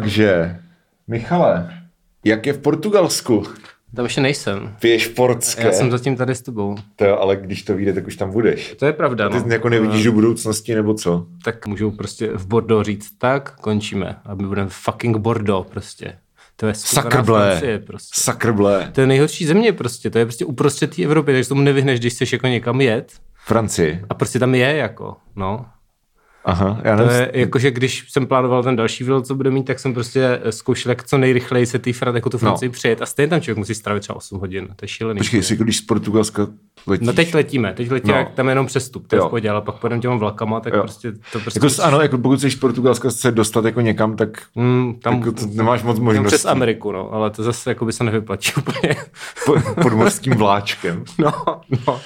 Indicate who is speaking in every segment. Speaker 1: Takže, Michale, jak je v Portugalsku?
Speaker 2: Tam ještě nejsem.
Speaker 1: Ty ješ portské.
Speaker 2: Já jsem zatím tady s tebou.
Speaker 1: to, ale když to vyjde, tak už tam budeš.
Speaker 2: To je pravda,
Speaker 1: Ty
Speaker 2: no.
Speaker 1: jako nevidíš do budoucnosti, nebo co?
Speaker 2: Tak můžou prostě v Bordeaux říct, tak končíme. A my budeme fucking Bordeaux prostě. To je skurvená
Speaker 1: Sakrblé.
Speaker 2: Francie prostě.
Speaker 1: Sakrblé.
Speaker 2: To je nejhorší země prostě, to je prostě uprostřed té Evropy, takže tomu nevyhneš, když chceš jako někam jet.
Speaker 1: Francii.
Speaker 2: A prostě tam je jako, no.
Speaker 1: Aha, já
Speaker 2: To
Speaker 1: nevím.
Speaker 2: je, jakože když jsem plánoval ten další výlet, co bude mít, tak jsem prostě eh, zkoušel, jak co nejrychleji se tý frat, jako tu Francii no. přijet. A stejně tam člověk musí strávit třeba 8 hodin, to je šílený.
Speaker 1: Počkej, jestli jako když z Portugalska letíš.
Speaker 2: No teď letíme, teď letíme,
Speaker 1: No.
Speaker 2: no. jak tam je jenom přestup, to je
Speaker 1: Jo.
Speaker 2: v pohodě, ale pak půjdeme těma vlakama, tak
Speaker 1: Jo.
Speaker 2: jo. prostě to prostě...
Speaker 1: Jako, s- ano, jako pokud chceš z Portugalska se dostat jako někam, tak
Speaker 2: mm, tam,
Speaker 1: jako, to nemáš moc
Speaker 2: tam
Speaker 1: možností.
Speaker 2: přes Ameriku, no, ale to zase jako by se nevyplatí úplně.
Speaker 1: Po- Pod morským vláčkem.
Speaker 2: no, no.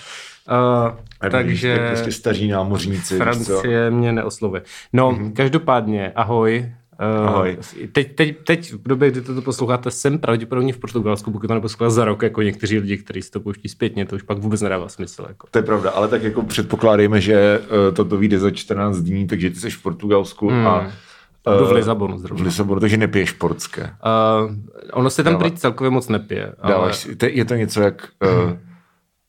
Speaker 1: A
Speaker 2: Uh, takže
Speaker 1: Vidíš, tak prostě staří námořníci. víš co? Mhm.
Speaker 2: Francie mě neoslovuje. No, mm-hmm. každopádně, ahoj. Uh,
Speaker 1: Ahoj.
Speaker 2: Teď, teď, teď, v době, kdy toto posloucháte, jsem pravděpodobně v Portugalsku, pokud to neposlouchá za rok, jako někteří lidi, kteří si to pouští zpětně, to už pak vůbec nedává smysl. Jako.
Speaker 1: To je pravda, ale tak jako předpokládejme, že uh, toto vyjde za 14 dní, takže ty jsi v Portugalsku mm. a eh,
Speaker 2: Hmm. Jdu v Lisabonu zrovna.
Speaker 1: V Lisabonu, takže nepiješ portské.
Speaker 2: Uh, ono se tam
Speaker 1: Dává-
Speaker 2: prý celkově moc nepije. ale- Hmm.
Speaker 1: Dáváš si, to, je to něco jak uh,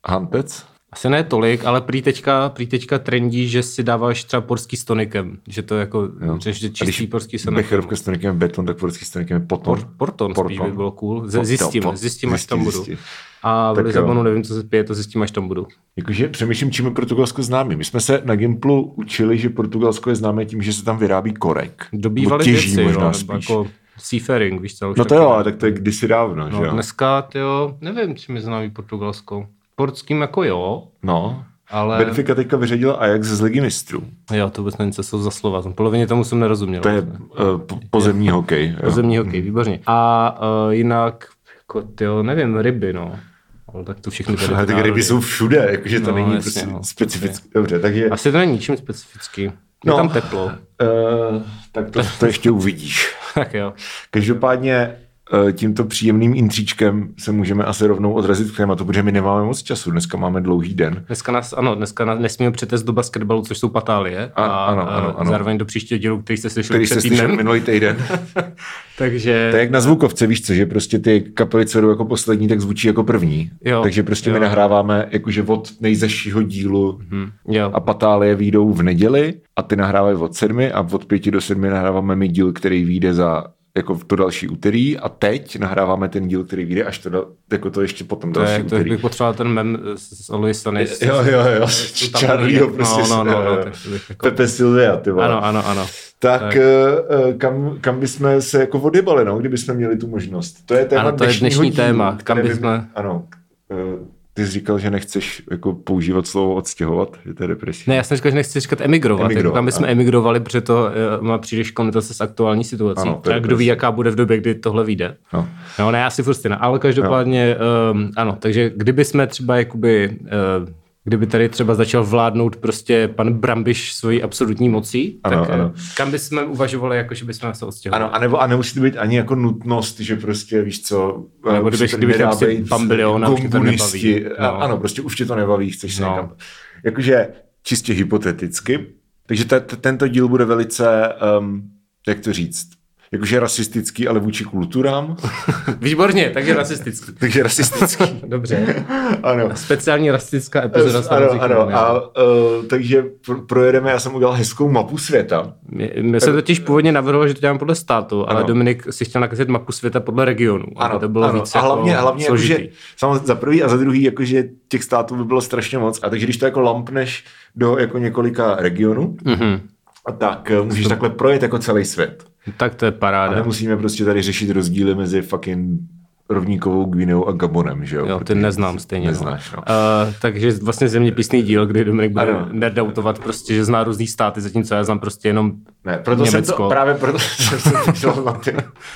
Speaker 1: hantec?
Speaker 2: Asi ne tolik, ale prý teďka, prý teďka trendí, že si dáváš třeba porský s tonikem. Že to jako, že, že
Speaker 1: A
Speaker 2: čistý porský s tonikem.
Speaker 1: Becherovka s tonikem je beton, tak portský s tonikem je poton.
Speaker 2: Por- Porton, Porton spíš by bylo cool. Z-
Speaker 1: Porton,
Speaker 2: Zjistím,
Speaker 1: po-
Speaker 2: zjistím, až
Speaker 1: zjistí,
Speaker 2: tam budu.
Speaker 1: zjistí.
Speaker 2: A v
Speaker 1: Tak jo.
Speaker 2: Lisabonu nevím, co se pije, to zjistím, až tam budu.
Speaker 1: Jakože přemýšlím, čím je Portugalsko známý. My jsme se na Gimplu učili, že Portugalsko je známé tím, že se tam vyrábí korek.
Speaker 2: Dobývali
Speaker 1: Nebo těží
Speaker 2: věci,
Speaker 1: možná
Speaker 2: jo, nebo
Speaker 1: spíš.
Speaker 2: jako seafaring, víš co? už
Speaker 1: No to
Speaker 2: taky
Speaker 1: jo,
Speaker 2: ne.
Speaker 1: ale tak to je kdysi dávno, že
Speaker 2: No,
Speaker 1: jo?
Speaker 2: dneska, tyjo, nevím, čím je známý Portugalsko. Portským jako jo,
Speaker 1: No.
Speaker 2: ale...
Speaker 1: Benfica teďka vyřadil Ajax z ligy mistrů.
Speaker 2: Jo, to vůbec nevím, co jsou za slova. Polovině tomu jsem nerozuměl.
Speaker 1: To je uh, po- pozemní hokej. jo.
Speaker 2: Pozemní hokej, výborně. A uh, jinak, jako, tyjo, nevím, ryby, no. Ale tak to všechny tady
Speaker 1: Ale
Speaker 2: ty
Speaker 1: tak ryby
Speaker 2: národy.
Speaker 1: jsou všude, jakože to
Speaker 2: No,
Speaker 1: není
Speaker 2: jasně,
Speaker 1: prostě
Speaker 2: no.
Speaker 1: specifické. Dobře, takže
Speaker 2: Asi to není ničím specifický. Je
Speaker 1: No.
Speaker 2: no. tam teplo.
Speaker 1: uh, tak to, to ještě uvidíš.
Speaker 2: tak jo.
Speaker 1: Každopádně eh, tímto příjemným intříčkem se můžeme asi rovnou odrazit k tématu, protože my nemáme moc času, dneska máme dlouhý den.
Speaker 2: Dneska nás, ano, dneska nás nesmíme přetest do basketbalu, což jsou patálie.
Speaker 1: A- ano,
Speaker 2: eh,
Speaker 1: ano, ano.
Speaker 2: zároveň do příštího dílu, který jste slyšeli
Speaker 1: Který
Speaker 2: před
Speaker 1: jste slyšel
Speaker 2: týdnem.
Speaker 1: minulý týden.
Speaker 2: Takže
Speaker 1: To je jak na zvukovce, víš co, že prostě ty kapely, co jdou jako poslední, tak zvučí jako první.
Speaker 2: Jo,
Speaker 1: Takže prostě my
Speaker 2: jo.
Speaker 1: nahráváme jakože od nejzašího dílu
Speaker 2: hm, jo.
Speaker 1: a patálie výjdou v neděli a ty nahrávají od sedmi a od pěti do sedmi nahráváme my díl, který vyjde za jako v to další úterý a teď nahráváme ten díl, který vyjde až to, da, jako to ještě potom
Speaker 2: to, je,
Speaker 1: další
Speaker 2: to
Speaker 1: úterý.
Speaker 2: bych potřeboval ten mem s Louisa
Speaker 1: Jo, jo, jo,
Speaker 2: to tam
Speaker 1: Charlieho
Speaker 2: nejde.
Speaker 1: prostě.
Speaker 2: No, no, no,
Speaker 1: jo, jo.
Speaker 2: no, tak to bych jako-
Speaker 1: Pepe Silvia, ty vole.
Speaker 2: Ano, ano, ano.
Speaker 1: Tak,
Speaker 2: Tak.
Speaker 1: eh, eh, kam, kam bychom se jako odjebali, no, kdybychom měli tu možnost. To je téma
Speaker 2: Ano, to je
Speaker 1: dnešního
Speaker 2: dnešní
Speaker 1: dílu,
Speaker 2: téma. Kam
Speaker 1: které by-
Speaker 2: bychom-
Speaker 1: Ano, eh, ty jsi říkal, že nechceš jako používat slovo odstěhovat, že to je depresivní.
Speaker 2: Ne, já jsem říkal, že nechci říkat emigrovat.
Speaker 1: Emigrovat,
Speaker 2: emigrovat jako tam bychom
Speaker 1: ano.
Speaker 2: emigrovali, protože to eh, má příliš konotace s aktuální situací.
Speaker 1: Ano,
Speaker 2: Ano,
Speaker 1: to je
Speaker 2: kdo ví,
Speaker 1: prostě.
Speaker 2: jaká bude v době, kdy tohle vyjde.
Speaker 1: No.
Speaker 2: No, ne, asi furt stejná. Ale každopádně, um, ano, takže kdyby jsme třeba jakoby, uh, kdyby tady třeba začal vládnout prostě pan Brambiš svojí absolutní mocí,
Speaker 1: Ano,
Speaker 2: tak eh,
Speaker 1: ano.
Speaker 2: kam bychom uvažovali, jako že bychom se odstěhovali?
Speaker 1: Ano, anebo, a nemusí to být ani jako nutnost, že prostě, víš co, eh,
Speaker 2: Nebo
Speaker 1: už
Speaker 2: kdybych-
Speaker 1: se tady
Speaker 2: kdybych
Speaker 1: nedá
Speaker 2: tam si
Speaker 1: být
Speaker 2: bambiliona, už mě to nebaví.
Speaker 1: komunisti. A-
Speaker 2: No.
Speaker 1: Ano, prostě už tě to nebaví, chceš se
Speaker 2: No.
Speaker 1: někam. Jakože čistě hypoteticky. Takže ta, ta, tento díl bude velice, um, jak to říct, jakože rasistický, ale vůči kulturám.
Speaker 2: Výborně, takže rasistický.
Speaker 1: Takže rasistický.
Speaker 2: Dobře.
Speaker 1: ano.
Speaker 2: Speciální rasistická epizoda. s
Speaker 1: Ano,
Speaker 2: Honzíkem,
Speaker 1: ano.
Speaker 2: ne?
Speaker 1: A, uh, takže pr- projedeme, já jsem udělal hezkou mapu světa.
Speaker 2: My, my se totiž původně navrhovalo, že to děláme podle státu, ale
Speaker 1: Ano.
Speaker 2: Dominik si chtěl nakreslit mapu světa podle regionu.
Speaker 1: Ano,
Speaker 2: Ano, to bylo
Speaker 1: ano.
Speaker 2: víc
Speaker 1: a hlavně,
Speaker 2: jako
Speaker 1: hlavně
Speaker 2: složitý.
Speaker 1: jakože, samozřejmě za prvý a za druhý, jakože těch států by bylo strašně moc. A takže když to jako lampneš do jako několika regionů,
Speaker 2: Mhm.
Speaker 1: a tak eh, můžeš takhle projet jako celý svět.
Speaker 2: Tak to je
Speaker 1: A
Speaker 2: paráda.
Speaker 1: nemusíme prostě tady řešit rozdíly mezi fucking rovníkovou Gvineou a Gabonem, že jo?
Speaker 2: Jo, ty
Speaker 1: Protože
Speaker 2: neznám stejně.
Speaker 1: Neznáš, no.
Speaker 2: Uh, takže vlastně zeměpisný díl, kdy Dominik bude
Speaker 1: Ano.
Speaker 2: nerdautovat prostě, že zná různý státy, zatímco já znám prostě jenom...
Speaker 1: Ne, proto jsem to,
Speaker 2: Německo.
Speaker 1: právě proto jsem to udělal na ty.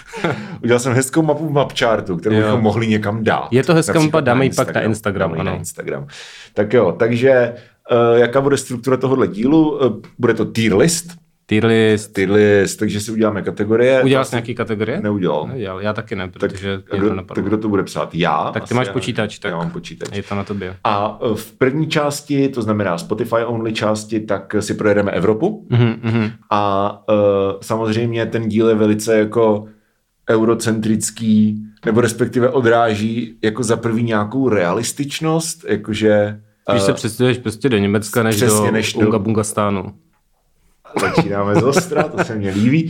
Speaker 1: Udělal jsem hezkou mapu v mapchartu, kterou
Speaker 2: Jo.
Speaker 1: bychom mohli někam dát.
Speaker 2: Je to hezká
Speaker 1: Například
Speaker 2: mapa, dáme ji pak na
Speaker 1: Instagram.
Speaker 2: Instagram,
Speaker 1: Dáme ji na
Speaker 2: ano.
Speaker 1: Instagram. Tak jo, takže eh, jaká bude struktura tohohle dílu? Eh, Bude to tier list,
Speaker 2: Tier list.
Speaker 1: Ty list, takže si uděláme kategorie.
Speaker 2: Udělal jsi nějaký kategorie?
Speaker 1: Neudělal.
Speaker 2: Neudělal, já taky ne,
Speaker 1: tak,
Speaker 2: protože
Speaker 1: a
Speaker 2: mě to
Speaker 1: kdo, tak
Speaker 2: nenapadlo.
Speaker 1: kdo to bude psát? Já.
Speaker 2: Tak ty
Speaker 1: Asi
Speaker 2: máš
Speaker 1: já.
Speaker 2: počítač, tak
Speaker 1: Já mám počítač.
Speaker 2: Je to na tobě.
Speaker 1: A eh, v první části, to znamená Spotify only části, tak si projedeme Evropu.
Speaker 2: Mhm, mhm.
Speaker 1: A uh, samozřejmě ten díl je velice jako eurocentrický, nebo respektive odráží jako za první nějakou realističnost, jakože
Speaker 2: Když
Speaker 1: eh,
Speaker 2: se přestěhuješ prostě do Německa než
Speaker 1: přesně,
Speaker 2: do
Speaker 1: než do-
Speaker 2: Unga Bungastánu.
Speaker 1: začínáme z ostra, to se mně líbí.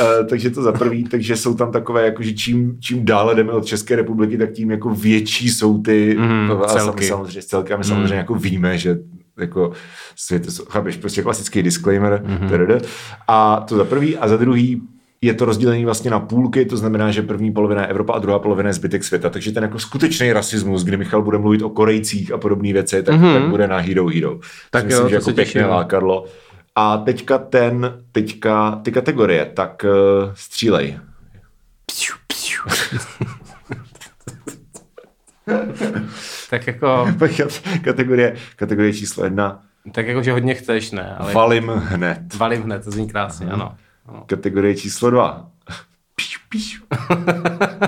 Speaker 1: Uh, takže to za prvý, takže jsou tam takové, jakože čím, čím dále jdeme od České republiky, tak tím jako větší jsou ty
Speaker 2: Mhm,
Speaker 1: a sami
Speaker 2: celky. Mhm.
Speaker 1: samozřejmě s celky, a my samozřejmě jako víme, že jako svět, jsou- chápeš, prostě klasický disclaimer,
Speaker 2: Mhm.
Speaker 1: mm a to za prvý, a za druhý je to rozdělení vlastně na půlky, to znamená, že první polovina je Evropa a druhá polovina je zbytek světa. Takže ten jako skutečný rasismus, kdy Michal bude mluvit o Korejcích a podobné věci, tak,
Speaker 2: Mhm.
Speaker 1: mm-hmm. tak bude na Hero Hero.
Speaker 2: Tak
Speaker 1: Tak myslím,
Speaker 2: jo,
Speaker 1: jo,
Speaker 2: to
Speaker 1: že jako
Speaker 2: se těším.
Speaker 1: pěkné lákadlo. A teďka ten, teďka ty kategorie, tak uh, střílej.
Speaker 2: Psiu, psiu. tak jako,
Speaker 1: Pak kat- kategorie, kategorie číslo jedna,
Speaker 2: tak jako, že hodně chceš, ne, ale
Speaker 1: valím hned.
Speaker 2: valím hned, to zní krásně,
Speaker 1: Mhm.
Speaker 2: ano.
Speaker 1: No.
Speaker 2: ano.
Speaker 1: Kategorie číslo dva. Píš, píš.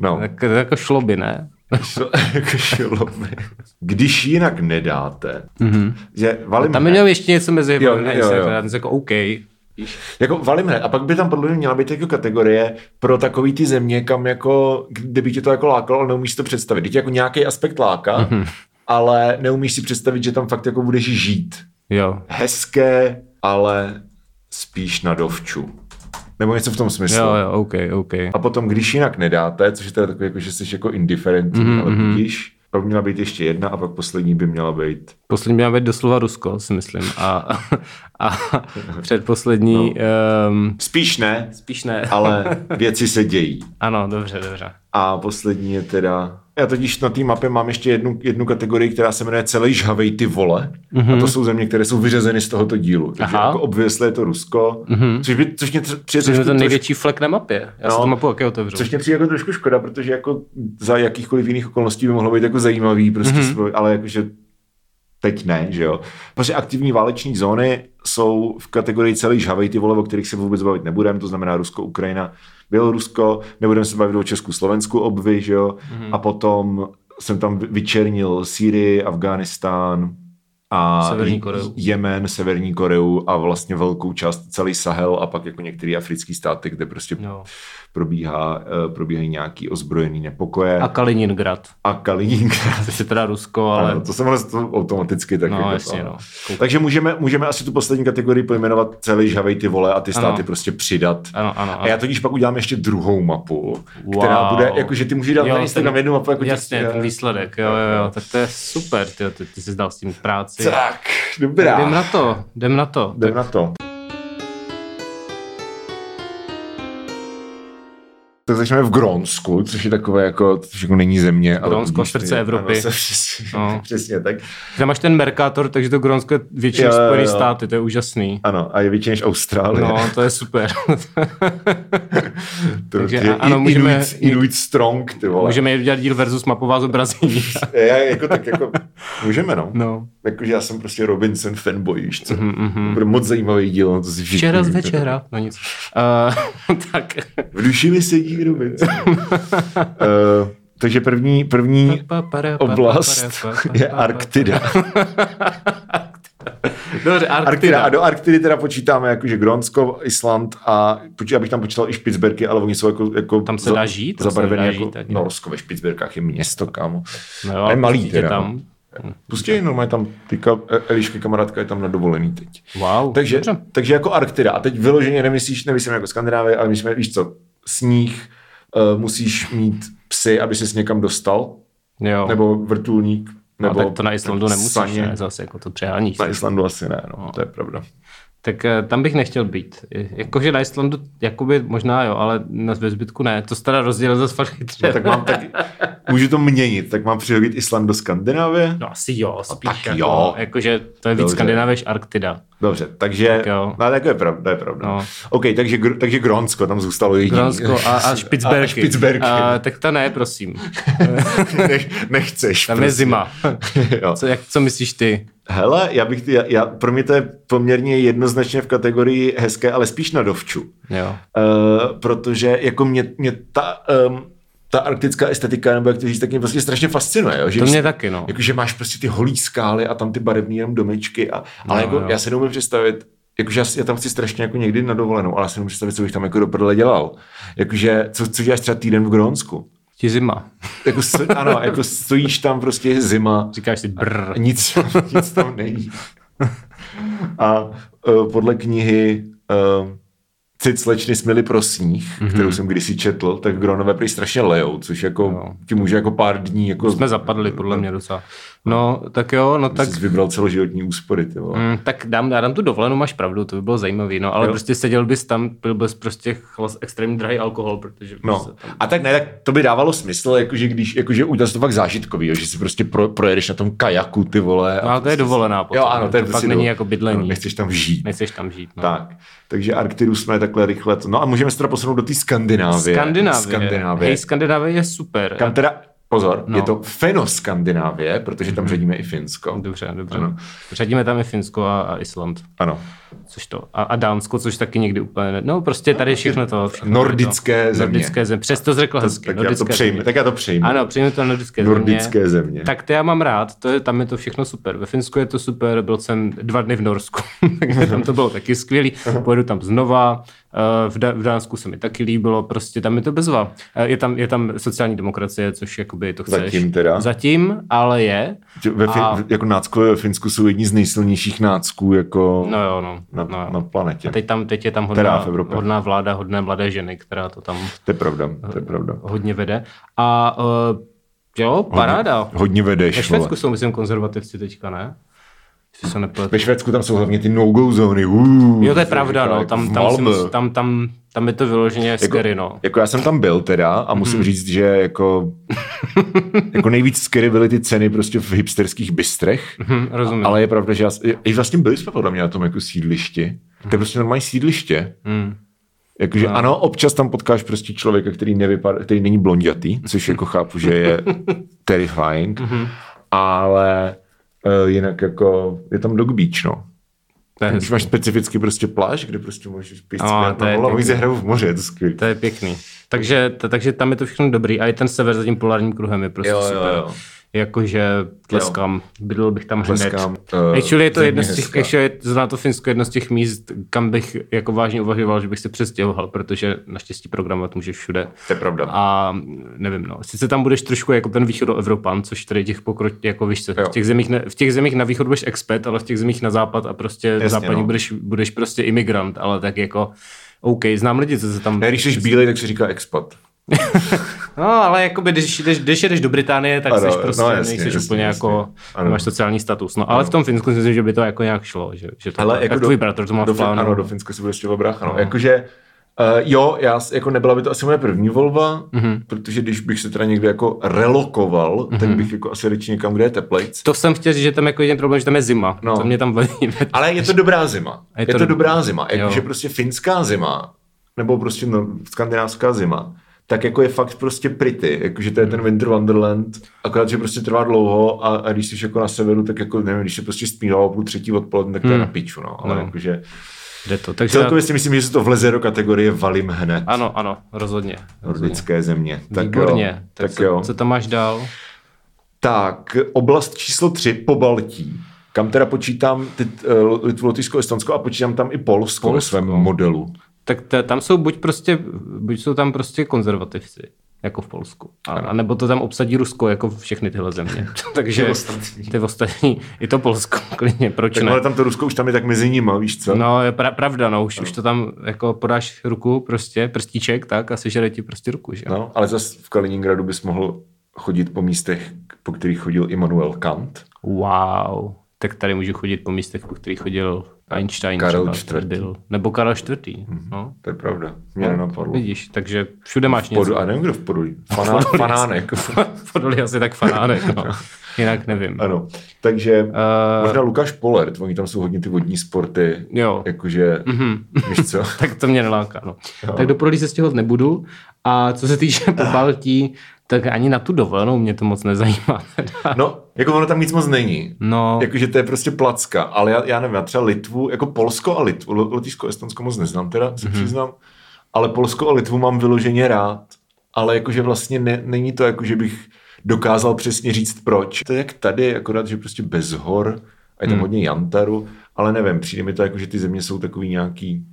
Speaker 1: No,
Speaker 2: Tak to jako šlo by, ne?
Speaker 1: šlo- jako šlo by. Když jinak nedáte, mm-hmm. že valím
Speaker 2: Tam by
Speaker 1: hned.
Speaker 2: měl ještě něco mezi
Speaker 1: Jo,
Speaker 2: valím hned,
Speaker 1: jo,
Speaker 2: jo,
Speaker 1: jo.
Speaker 2: jo. jako OK. Víš?
Speaker 1: Jako valím hned. A pak by tam podle mě měla být jako kategorie pro takový ty země, kam jako, kde by tě to jako lákalo, ale neumíš si to představit. Teď jako nějaký aspekt láká,
Speaker 2: Mhm.
Speaker 1: mm-hmm. ale neumíš si představit, že tam fakt jako budeš žít.
Speaker 2: Jo.
Speaker 1: Hezké, ale spíš na dovču. Nebo něco v tom smyslu.
Speaker 2: Jo, jo, OK, OK.
Speaker 1: A potom, když jinak nedáte, což je teda takový, jako, že jsi jako indiferentní,
Speaker 2: Mhm,
Speaker 1: mm-hmm. ale vidíš, pak měla být ještě jedna a pak poslední by měla být.
Speaker 2: Poslední měla být doslova Rusko, si myslím. A, a předposlední... No. Um,
Speaker 1: Spíš ne,
Speaker 2: spíš ne.
Speaker 1: ale věci se dějí.
Speaker 2: Ano, dobře, dobře.
Speaker 1: A poslední je teda... Já totiž na té mapě mám ještě jednu, jednu kategorii, která se jmenuje Celý žhavej ty vole. Mm-hmm. A to jsou země, které jsou vyřazeny z tohoto dílu. Takže
Speaker 2: Mhm. Aha. Mhm.
Speaker 1: jako obvěsle je to Rusko, mm-hmm. což, by, což mě tře- přijde
Speaker 2: Což je
Speaker 1: trošku-
Speaker 2: to
Speaker 1: trošku-
Speaker 2: největší flek na mapě. Já
Speaker 1: No,
Speaker 2: no, jsem tu mapu taky otevřu.
Speaker 1: Což mě přijde jako trošku škoda, protože jako za jakýchkoliv jiných okolností by mohlo být jako zajímavý, prostě,
Speaker 2: Mhm.
Speaker 1: mm-hmm. ale jakože teď ne, že jo. Protože aktivní váleční zóny jsou v kategorii celý žhavej ty vole, o kterých se vůbec bavit nebudeme, to znamená Rusko, Ukrajina, Bělorusko, nebudeme se bavit o Česku, Slovensku obvy, že jo.
Speaker 2: Mhm.
Speaker 1: Mm-hmm. A potom jsem tam vy- vyčernil Sýrii, Afghánistán a
Speaker 2: Severní
Speaker 1: J-
Speaker 2: Koreu.
Speaker 1: Jemen, Severní Koreu a vlastně velkou část celý Sahel a pak jako některé africké státy, kde prostě
Speaker 2: Jo.
Speaker 1: probíhá, eh, probíhají nějaký ozbrojený nepokoje
Speaker 2: A
Speaker 1: a,
Speaker 2: Kaliningrad.
Speaker 1: a Kaliningrad.
Speaker 2: Což je teda Rusko, ale...
Speaker 1: Ano, to jsem ale to automaticky tak
Speaker 2: No,
Speaker 1: jako
Speaker 2: jasně,
Speaker 1: to,
Speaker 2: no. Koukám.
Speaker 1: Takže můžeme, můžeme asi tu poslední kategorii pojmenovat celý žavej ty vole a ty státy
Speaker 2: Ano.
Speaker 1: prostě přidat.
Speaker 2: Ano, ano, ano.
Speaker 1: A já totiž pak udělám ještě druhou mapu, která bude, jakože ty můžeš dát
Speaker 2: Jo,
Speaker 1: na Instagram
Speaker 2: ten-
Speaker 1: jednu mapu. Jako
Speaker 2: Jasně,
Speaker 1: těch,
Speaker 2: ten výsledek, jo, jo, jo, tak to je super, ty, ty, ty jsi dal s tím práci.
Speaker 1: Tak,
Speaker 2: Tak Jdem
Speaker 1: dobrá.
Speaker 2: na to, jdem na to.
Speaker 1: Jdem na to. Tak začneme v Grónsku, což je takové jako, což jako není země. ale
Speaker 2: Grónsko,
Speaker 1: budíš,
Speaker 2: srdce
Speaker 1: je-
Speaker 2: Evropy.
Speaker 1: Ano, se, přesně,
Speaker 2: No.
Speaker 1: no. přesně tak.
Speaker 2: Tam máš ten Mercator, takže to Grónsko je většinou
Speaker 1: Jo, jo,
Speaker 2: Spojený
Speaker 1: jo.
Speaker 2: státy, to je úžasný.
Speaker 1: Ano, a je větší než Austrálie.
Speaker 2: No, to je super.
Speaker 1: to,
Speaker 2: takže
Speaker 1: ty,
Speaker 2: ano,
Speaker 1: ano, můžeme...
Speaker 2: můžeme-
Speaker 1: Inuit, Inuit strong, ty vole. Můžeme...
Speaker 2: Můžeme jít dělat díl versus mapová zobrazení.
Speaker 1: Já, jako, tak jako, můžeme, no. no.
Speaker 2: No. Mhm,
Speaker 1: Jakože já jsem prostě Robinson fanboy, víš co. Mm-hmm. Bude moc zajímavý díl, no to si
Speaker 2: Včera z
Speaker 1: všichni-
Speaker 2: večera. No nic. Uh, tak.
Speaker 1: V duši mi sedí Robinson. uh, takže první, první
Speaker 2: Pa, para, pa,
Speaker 1: oblast
Speaker 2: para, pa, pa,
Speaker 1: je
Speaker 2: pa, pa.
Speaker 1: Arktida.
Speaker 2: Dobře,
Speaker 1: Arktida. A
Speaker 2: Arktida.
Speaker 1: do Arktidy teda počítáme jakože Grónsko, Island a počítám, abych tam počítal i Špicberky, ale oni jsou jako, jako
Speaker 2: Tam se dá žít? Tam se
Speaker 1: zabarvené
Speaker 2: nedá
Speaker 1: jako
Speaker 2: žít ani.
Speaker 1: Norsko ve Špicberkách je město, kámo.
Speaker 2: No jo,
Speaker 1: a je malý
Speaker 2: pustíte
Speaker 1: teda.
Speaker 2: tam.
Speaker 1: Tam. Pustě jenom je tam tyka, Eliška kamarádka je tam na dovolený teď.
Speaker 2: Wow,
Speaker 1: Takže,
Speaker 2: dobře.
Speaker 1: takže jako Arktida. A teď vyloženě nemyslíš, nemyslím jako Skandinávie, ale myslíme, víš co, sníh, uh, musíš mít psy, aby ses někam dostal,
Speaker 2: Jo.
Speaker 1: nebo vrtulník,
Speaker 2: No,
Speaker 1: nebo
Speaker 2: tak to na Islandu nemusíš,
Speaker 1: saně.
Speaker 2: ne? Zase jako to přeháníš.
Speaker 1: Na Islandu asi ne, no, to je pravda.
Speaker 2: Tak eh, tam bych nechtěl být. I- Jakože na Islandu, jakoby možná jo, ale na ve zbytku ne. To se teda rozdělil zase fakt chytře.
Speaker 1: No, tak mám tak, můžu to měnit, tak mám přihodit Island do Skandinávie.
Speaker 2: No asi jo, spíš
Speaker 1: tak
Speaker 2: jako,
Speaker 1: jo.
Speaker 2: Jakože to je víc
Speaker 1: Dobře.
Speaker 2: Skandinávie než Arktida.
Speaker 1: Dobře, takže, tak
Speaker 2: jo.
Speaker 1: no, tak je pravda, je pravda.
Speaker 2: No.
Speaker 1: No. OK, takže, Gr- takže Grónsko, tam zůstalo jediný.
Speaker 2: Gronsko a, a Špicberky.
Speaker 1: A Špicberky.
Speaker 2: A, tak to ne, prosím.
Speaker 1: Nech, nechceš.
Speaker 2: Tam je zima.
Speaker 1: jo.
Speaker 2: Co, jak, co myslíš ty?
Speaker 1: Hele, já bych, ty, já, já, pro mě to je poměrně jednoznačně v kategorii hezké, ale spíš na dovču.
Speaker 2: Jo.
Speaker 1: Uh, protože jako mě, mě ta, um, ta arktická estetika, nebo jak to říct, tak mě prostě strašně fascinuje. Jo? Že
Speaker 2: To mě taky, no.
Speaker 1: Jako, že máš prostě ty holý skály a tam ty barevné jenom domečky. A, ale
Speaker 2: No,
Speaker 1: jako,
Speaker 2: jo.
Speaker 1: já si neumím představit, jakože já, si- já tam chci strašně jako někdy na dovolenou, ale já si neumím představit, co bych tam jako do prdele dělal. Jakože, co, co děláš třeba týden v Grónsku?
Speaker 2: Ti zima.
Speaker 1: Jako, s- ano, jako stojíš tam prostě je zima,
Speaker 2: Říkáš si brr.
Speaker 1: nic, nic tam není. A uh, podle knihy uh, Cit slečny smily pro sníh,
Speaker 2: Mhm.
Speaker 1: mm-hmm. kterou jsem kdysi četl, tak Gronové prý strašně lejou, což jako
Speaker 2: Jo.
Speaker 1: no. ti může jako pár dní jako
Speaker 2: Jsme zapadli, podle mě docela. No, tak jo, no tak
Speaker 1: tak... jsi vybral celoživotní úspory. Ty vole.
Speaker 2: Mm, tak dám, já dám tu dovolenou, máš pravdu, to by bylo zajímavé, no, ale
Speaker 1: Jo.
Speaker 2: jo. prostě seděl bys tam, byl bys prostě chlas, extrémně drahý alkohol, protože
Speaker 1: No.
Speaker 2: prostě tam...
Speaker 1: A tak ne, tak to by dávalo smysl, jakože když, jakože udělal to fakt zážitkový, jo, že si prostě pro, projedeš na tom kajaku, ty vole. a
Speaker 2: No, ale to je
Speaker 1: prostě-
Speaker 2: dovolená potom,
Speaker 1: Jo, ano, to, je
Speaker 2: to
Speaker 1: prostě
Speaker 2: fakt není
Speaker 1: dovol-
Speaker 2: jako bydlení.
Speaker 1: Ano, Nechceš tam žít.
Speaker 2: nechceš tam žít, no.
Speaker 1: Tak, takže Arktidu jsme takhle rychle. No a můžeme se teda posunout do té Skandinávie.
Speaker 2: Skandinávie.
Speaker 1: Skandinávie.
Speaker 2: Hej, Skandinávie je super.
Speaker 1: Kam teda, pozor,
Speaker 2: No. Mhm.
Speaker 1: no. je to Fenoskandinávie, protože tam řadíme i Finsko.
Speaker 2: Dobře, dobře.
Speaker 1: Ano.
Speaker 2: Řadíme tam i Finsko a, a Island,
Speaker 1: Ano.
Speaker 2: což to. A, a Dánsko, což taky někdy úplně ne. No, prostě tady všechno to. Všechno
Speaker 1: Nordické
Speaker 2: to,
Speaker 1: země.
Speaker 2: Nordické země. Přesto řekl hezky.
Speaker 1: Tak já, to
Speaker 2: nordické
Speaker 1: přejmu,
Speaker 2: země.
Speaker 1: tak já to přejmu.
Speaker 2: Ano, přijme to nordické,
Speaker 1: Nordické země.
Speaker 2: Tak to já mám rád, to je, tam je to všechno super. Ve Finsku je to super, byl jsem dva dny v Norsku, takže tam to bylo taky skvělý. Pojedu tam znova, eh, v, da- v Dánsku se mi taky líbilo, prostě tam je to bezva. Eh, Je tam, je tam sociální demokracie, což jakoby to chceš.
Speaker 1: Zatím teda.
Speaker 2: Zatím, ale je.
Speaker 1: Že Ve fin,
Speaker 2: A-
Speaker 1: Jako náckové ve Finsku jsou jedni z nejsilnějších nácků jako
Speaker 2: No jo, no.
Speaker 1: na,
Speaker 2: no jo.
Speaker 1: na planetě.
Speaker 2: A teď, tam, teď je tam
Speaker 1: Teda
Speaker 2: hodná,
Speaker 1: v Evropě.
Speaker 2: hodná vláda, hodné mladé ženy, která to tam
Speaker 1: To je pravda, to je pravda.
Speaker 2: hodně vede. A uh, jo, paráda.
Speaker 1: Hodně vedeš,
Speaker 2: Ve
Speaker 1: vole.
Speaker 2: Švédsku jsou, myslím, konzervativci teďka, ne? Jestli se nepletu.
Speaker 1: Ve Švédsku tam jsou hlavně ty no-go zóny. Uuu,
Speaker 2: Jo, to je pravda, no.
Speaker 1: Jako
Speaker 2: Tam,
Speaker 1: v
Speaker 2: tam, jsem,
Speaker 1: Malmö.
Speaker 2: tam, tam, tam je to vyloženě
Speaker 1: Jako,
Speaker 2: scary, no.
Speaker 1: jako já jsem tam byl teda a musím hmm. říct, že jako, jako nejvíc scary byly ty ceny prostě v hipsterských bystrech,
Speaker 2: Hm, rozumím. Ale...
Speaker 1: ale je pravda, že já, s- i vlastně byli jsme podle mě na tom jako sídlišti.
Speaker 2: Hmm.
Speaker 1: To je prostě normální sídliště. Jakože no. ano, občas tam potkáš prostě člověka, který, nevypadá, který není blondětý, což jako chápu, že je terrifying,
Speaker 2: Mhm.
Speaker 1: ale uh, jinak jako je tam dog beach, no.
Speaker 2: To, je,
Speaker 1: Když
Speaker 2: hezký.
Speaker 1: máš specificky prostě pláž, kde prostě můžeš pít
Speaker 2: No,
Speaker 1: no,
Speaker 2: to je
Speaker 1: na volu a oni
Speaker 2: pěkný.
Speaker 1: se hrajou v moře, je to skvělý.
Speaker 2: to je pěkný. Takže, t- takže tam je to všechno dobrý. A i ten sever za tím polárním kruhem je prostě
Speaker 1: Jo, jo,
Speaker 2: super.
Speaker 1: jo.
Speaker 2: Jakože tleskám, bydl bych tam
Speaker 1: Tleskám,
Speaker 2: hned.
Speaker 1: eh,
Speaker 2: Actually je to
Speaker 1: země
Speaker 2: jedno z těch,
Speaker 1: hezká.
Speaker 2: ještě je zná to Finsko jedno z těch míst, kam bych jako vážně uvažoval, že bych se přestěhoval, protože naštěstí programovat můžeš všude.
Speaker 1: To je pravda.
Speaker 2: A nevím, no. Sice tam budeš trošku jako ten východoevropan, což tady těch pokroč, jako víš co,
Speaker 1: Jo.
Speaker 2: v těch, zemích ne, v těch zemích na východ budeš expat, ale v těch zemích na západ a prostě Jasně, západní
Speaker 1: no.
Speaker 2: no. budeš, budeš prostě imigrant, ale tak jako OK, znám lidi, co se tam...
Speaker 1: Ne, když jsi bílej, tak se říká expat.
Speaker 2: No, ale jakoby, když, když, když jedeš do Británie, tak
Speaker 1: Ano,
Speaker 2: jsi prostě,
Speaker 1: no,
Speaker 2: no,
Speaker 1: jasně,
Speaker 2: jasný, nejseš
Speaker 1: jasně,
Speaker 2: jasný, úplně
Speaker 1: jasně.
Speaker 2: jasný. jako,
Speaker 1: Ano.
Speaker 2: ano. máš sociální status. No, ale v tom Finsku si myslím, že by to jako nějak šlo, že, že to,
Speaker 1: Hele,
Speaker 2: jako tvůj bratr to má
Speaker 1: do,
Speaker 2: v
Speaker 1: Fin-
Speaker 2: plánu.
Speaker 1: Ano, do Finska se bude stěhovat brácha. No. Jakože, uh, jo, já, s- jako nebyla by to asi moje první volba,
Speaker 2: Mhm.
Speaker 1: mm-hmm. protože když bych se teda někde jako relokoval, mm-hmm. tak bych jako asi radši někam, kde je teplejc.
Speaker 2: To jsem chtěl říct, že tam jako jeden problém, že tam je zima.
Speaker 1: No.
Speaker 2: No. To mě tam vadí.
Speaker 1: Ale je to dobrá zima.
Speaker 2: A
Speaker 1: Je
Speaker 2: je
Speaker 1: to,
Speaker 2: to
Speaker 1: je to
Speaker 2: dob-
Speaker 1: dobrá zima.
Speaker 2: Jo.
Speaker 1: Jakože prostě finská zima, nebo prostě no, skandinávská zima, tak jako je fakt prostě pretty. Jakože to je
Speaker 2: Hmm.
Speaker 1: ten Winter Wonderland, akorát, že prostě trvá dlouho a, a když jsi jako na severu, tak jako nevím, když se prostě stmívá o půl třetí odpoledne, tak to je na piču, no. Ale no.
Speaker 2: No.
Speaker 1: jakože...
Speaker 2: Jde to. Takže já-
Speaker 1: Celkově si myslím, že se to vleze do kategorie valím hned.
Speaker 2: Ano, ano, rozhodně. rozhodně.
Speaker 1: Nordické země. Tak
Speaker 2: Výborně.
Speaker 1: jo.
Speaker 2: Tak,
Speaker 1: Tak,
Speaker 2: co,
Speaker 1: jo.
Speaker 2: co tam máš dál?
Speaker 1: tak oblast číslo 3, Pobaltí. Kam teda počítám ty, eh, Litvu, Lotyšsko, Estonsko a počítám tam i Polsko, Polsko. ve
Speaker 2: Polsko.
Speaker 1: svém modelu.
Speaker 2: Tak t- tam jsou buď prostě, buď jsou tam prostě konzervativci, jako v Polsku. A, a nebo to tam obsadí Rusko, jako všechny tyhle země. Takže
Speaker 1: Ty ostatní.
Speaker 2: ty ostatní, i to Polsko, klidně, proč
Speaker 1: Tak
Speaker 2: ne?
Speaker 1: ale tam to Rusko už tam je tak mezi nima, víš co?
Speaker 2: No, je pra, pravda, no, už, už to tam jako podáš ruku, prostě prstíček, tak a sežere ti prostě ruku, že? No.
Speaker 1: no ale zase v Kaliningradu bys mohl chodit po místech, po kterých chodil Immanuel Kant.
Speaker 2: Wow. Tak tady můžu chodit po místech, po kterých chodil Einstein.
Speaker 1: Karel
Speaker 2: třeba,
Speaker 1: čtvrtý. Mhm.
Speaker 2: Byl. Nebo Karel čtvrtý. No.
Speaker 1: To je pravda, mě nenapadlo.
Speaker 2: Vidíš, takže všude máš něco.
Speaker 1: Podu, a nevím, kdo v Podolí. Faná, fanánek.
Speaker 2: Podolí asi tak fanánek, no. Jinak nevím.
Speaker 1: Ano, takže
Speaker 2: Eh,
Speaker 1: uh... možná Lukáš Polert, oni tam jsou hodně ty vodní sporty,
Speaker 2: Jo. Mhm.
Speaker 1: jakože, mm-hmm. víš co?
Speaker 2: Tak to mě neláká, no. Tak do Podolí se stěhovat nebudu A co se týče po Baltí, tak ani na tu dovolenou mě to moc nezajímá. teda.
Speaker 1: No, jako ono tam nic moc není.
Speaker 2: No,
Speaker 1: Jakože to je prostě placka, ale já, já nevím, já třeba Litvu, jako Polsko a Litvu, L- Lotyšsko, Estonsko moc neznám teda,
Speaker 2: Mhm.
Speaker 1: se mm-hmm. přiznám, ale Polsko a Litvu mám vyloženě rád, ale jakože vlastně ne, není to jako, že bych dokázal přesně říct proč. To je jak tady, akorát, že prostě bez hor a je
Speaker 2: Hmm.
Speaker 1: tam hodně jantaru, ale nevím, přijde mi to jako, že ty země jsou takový nějaký,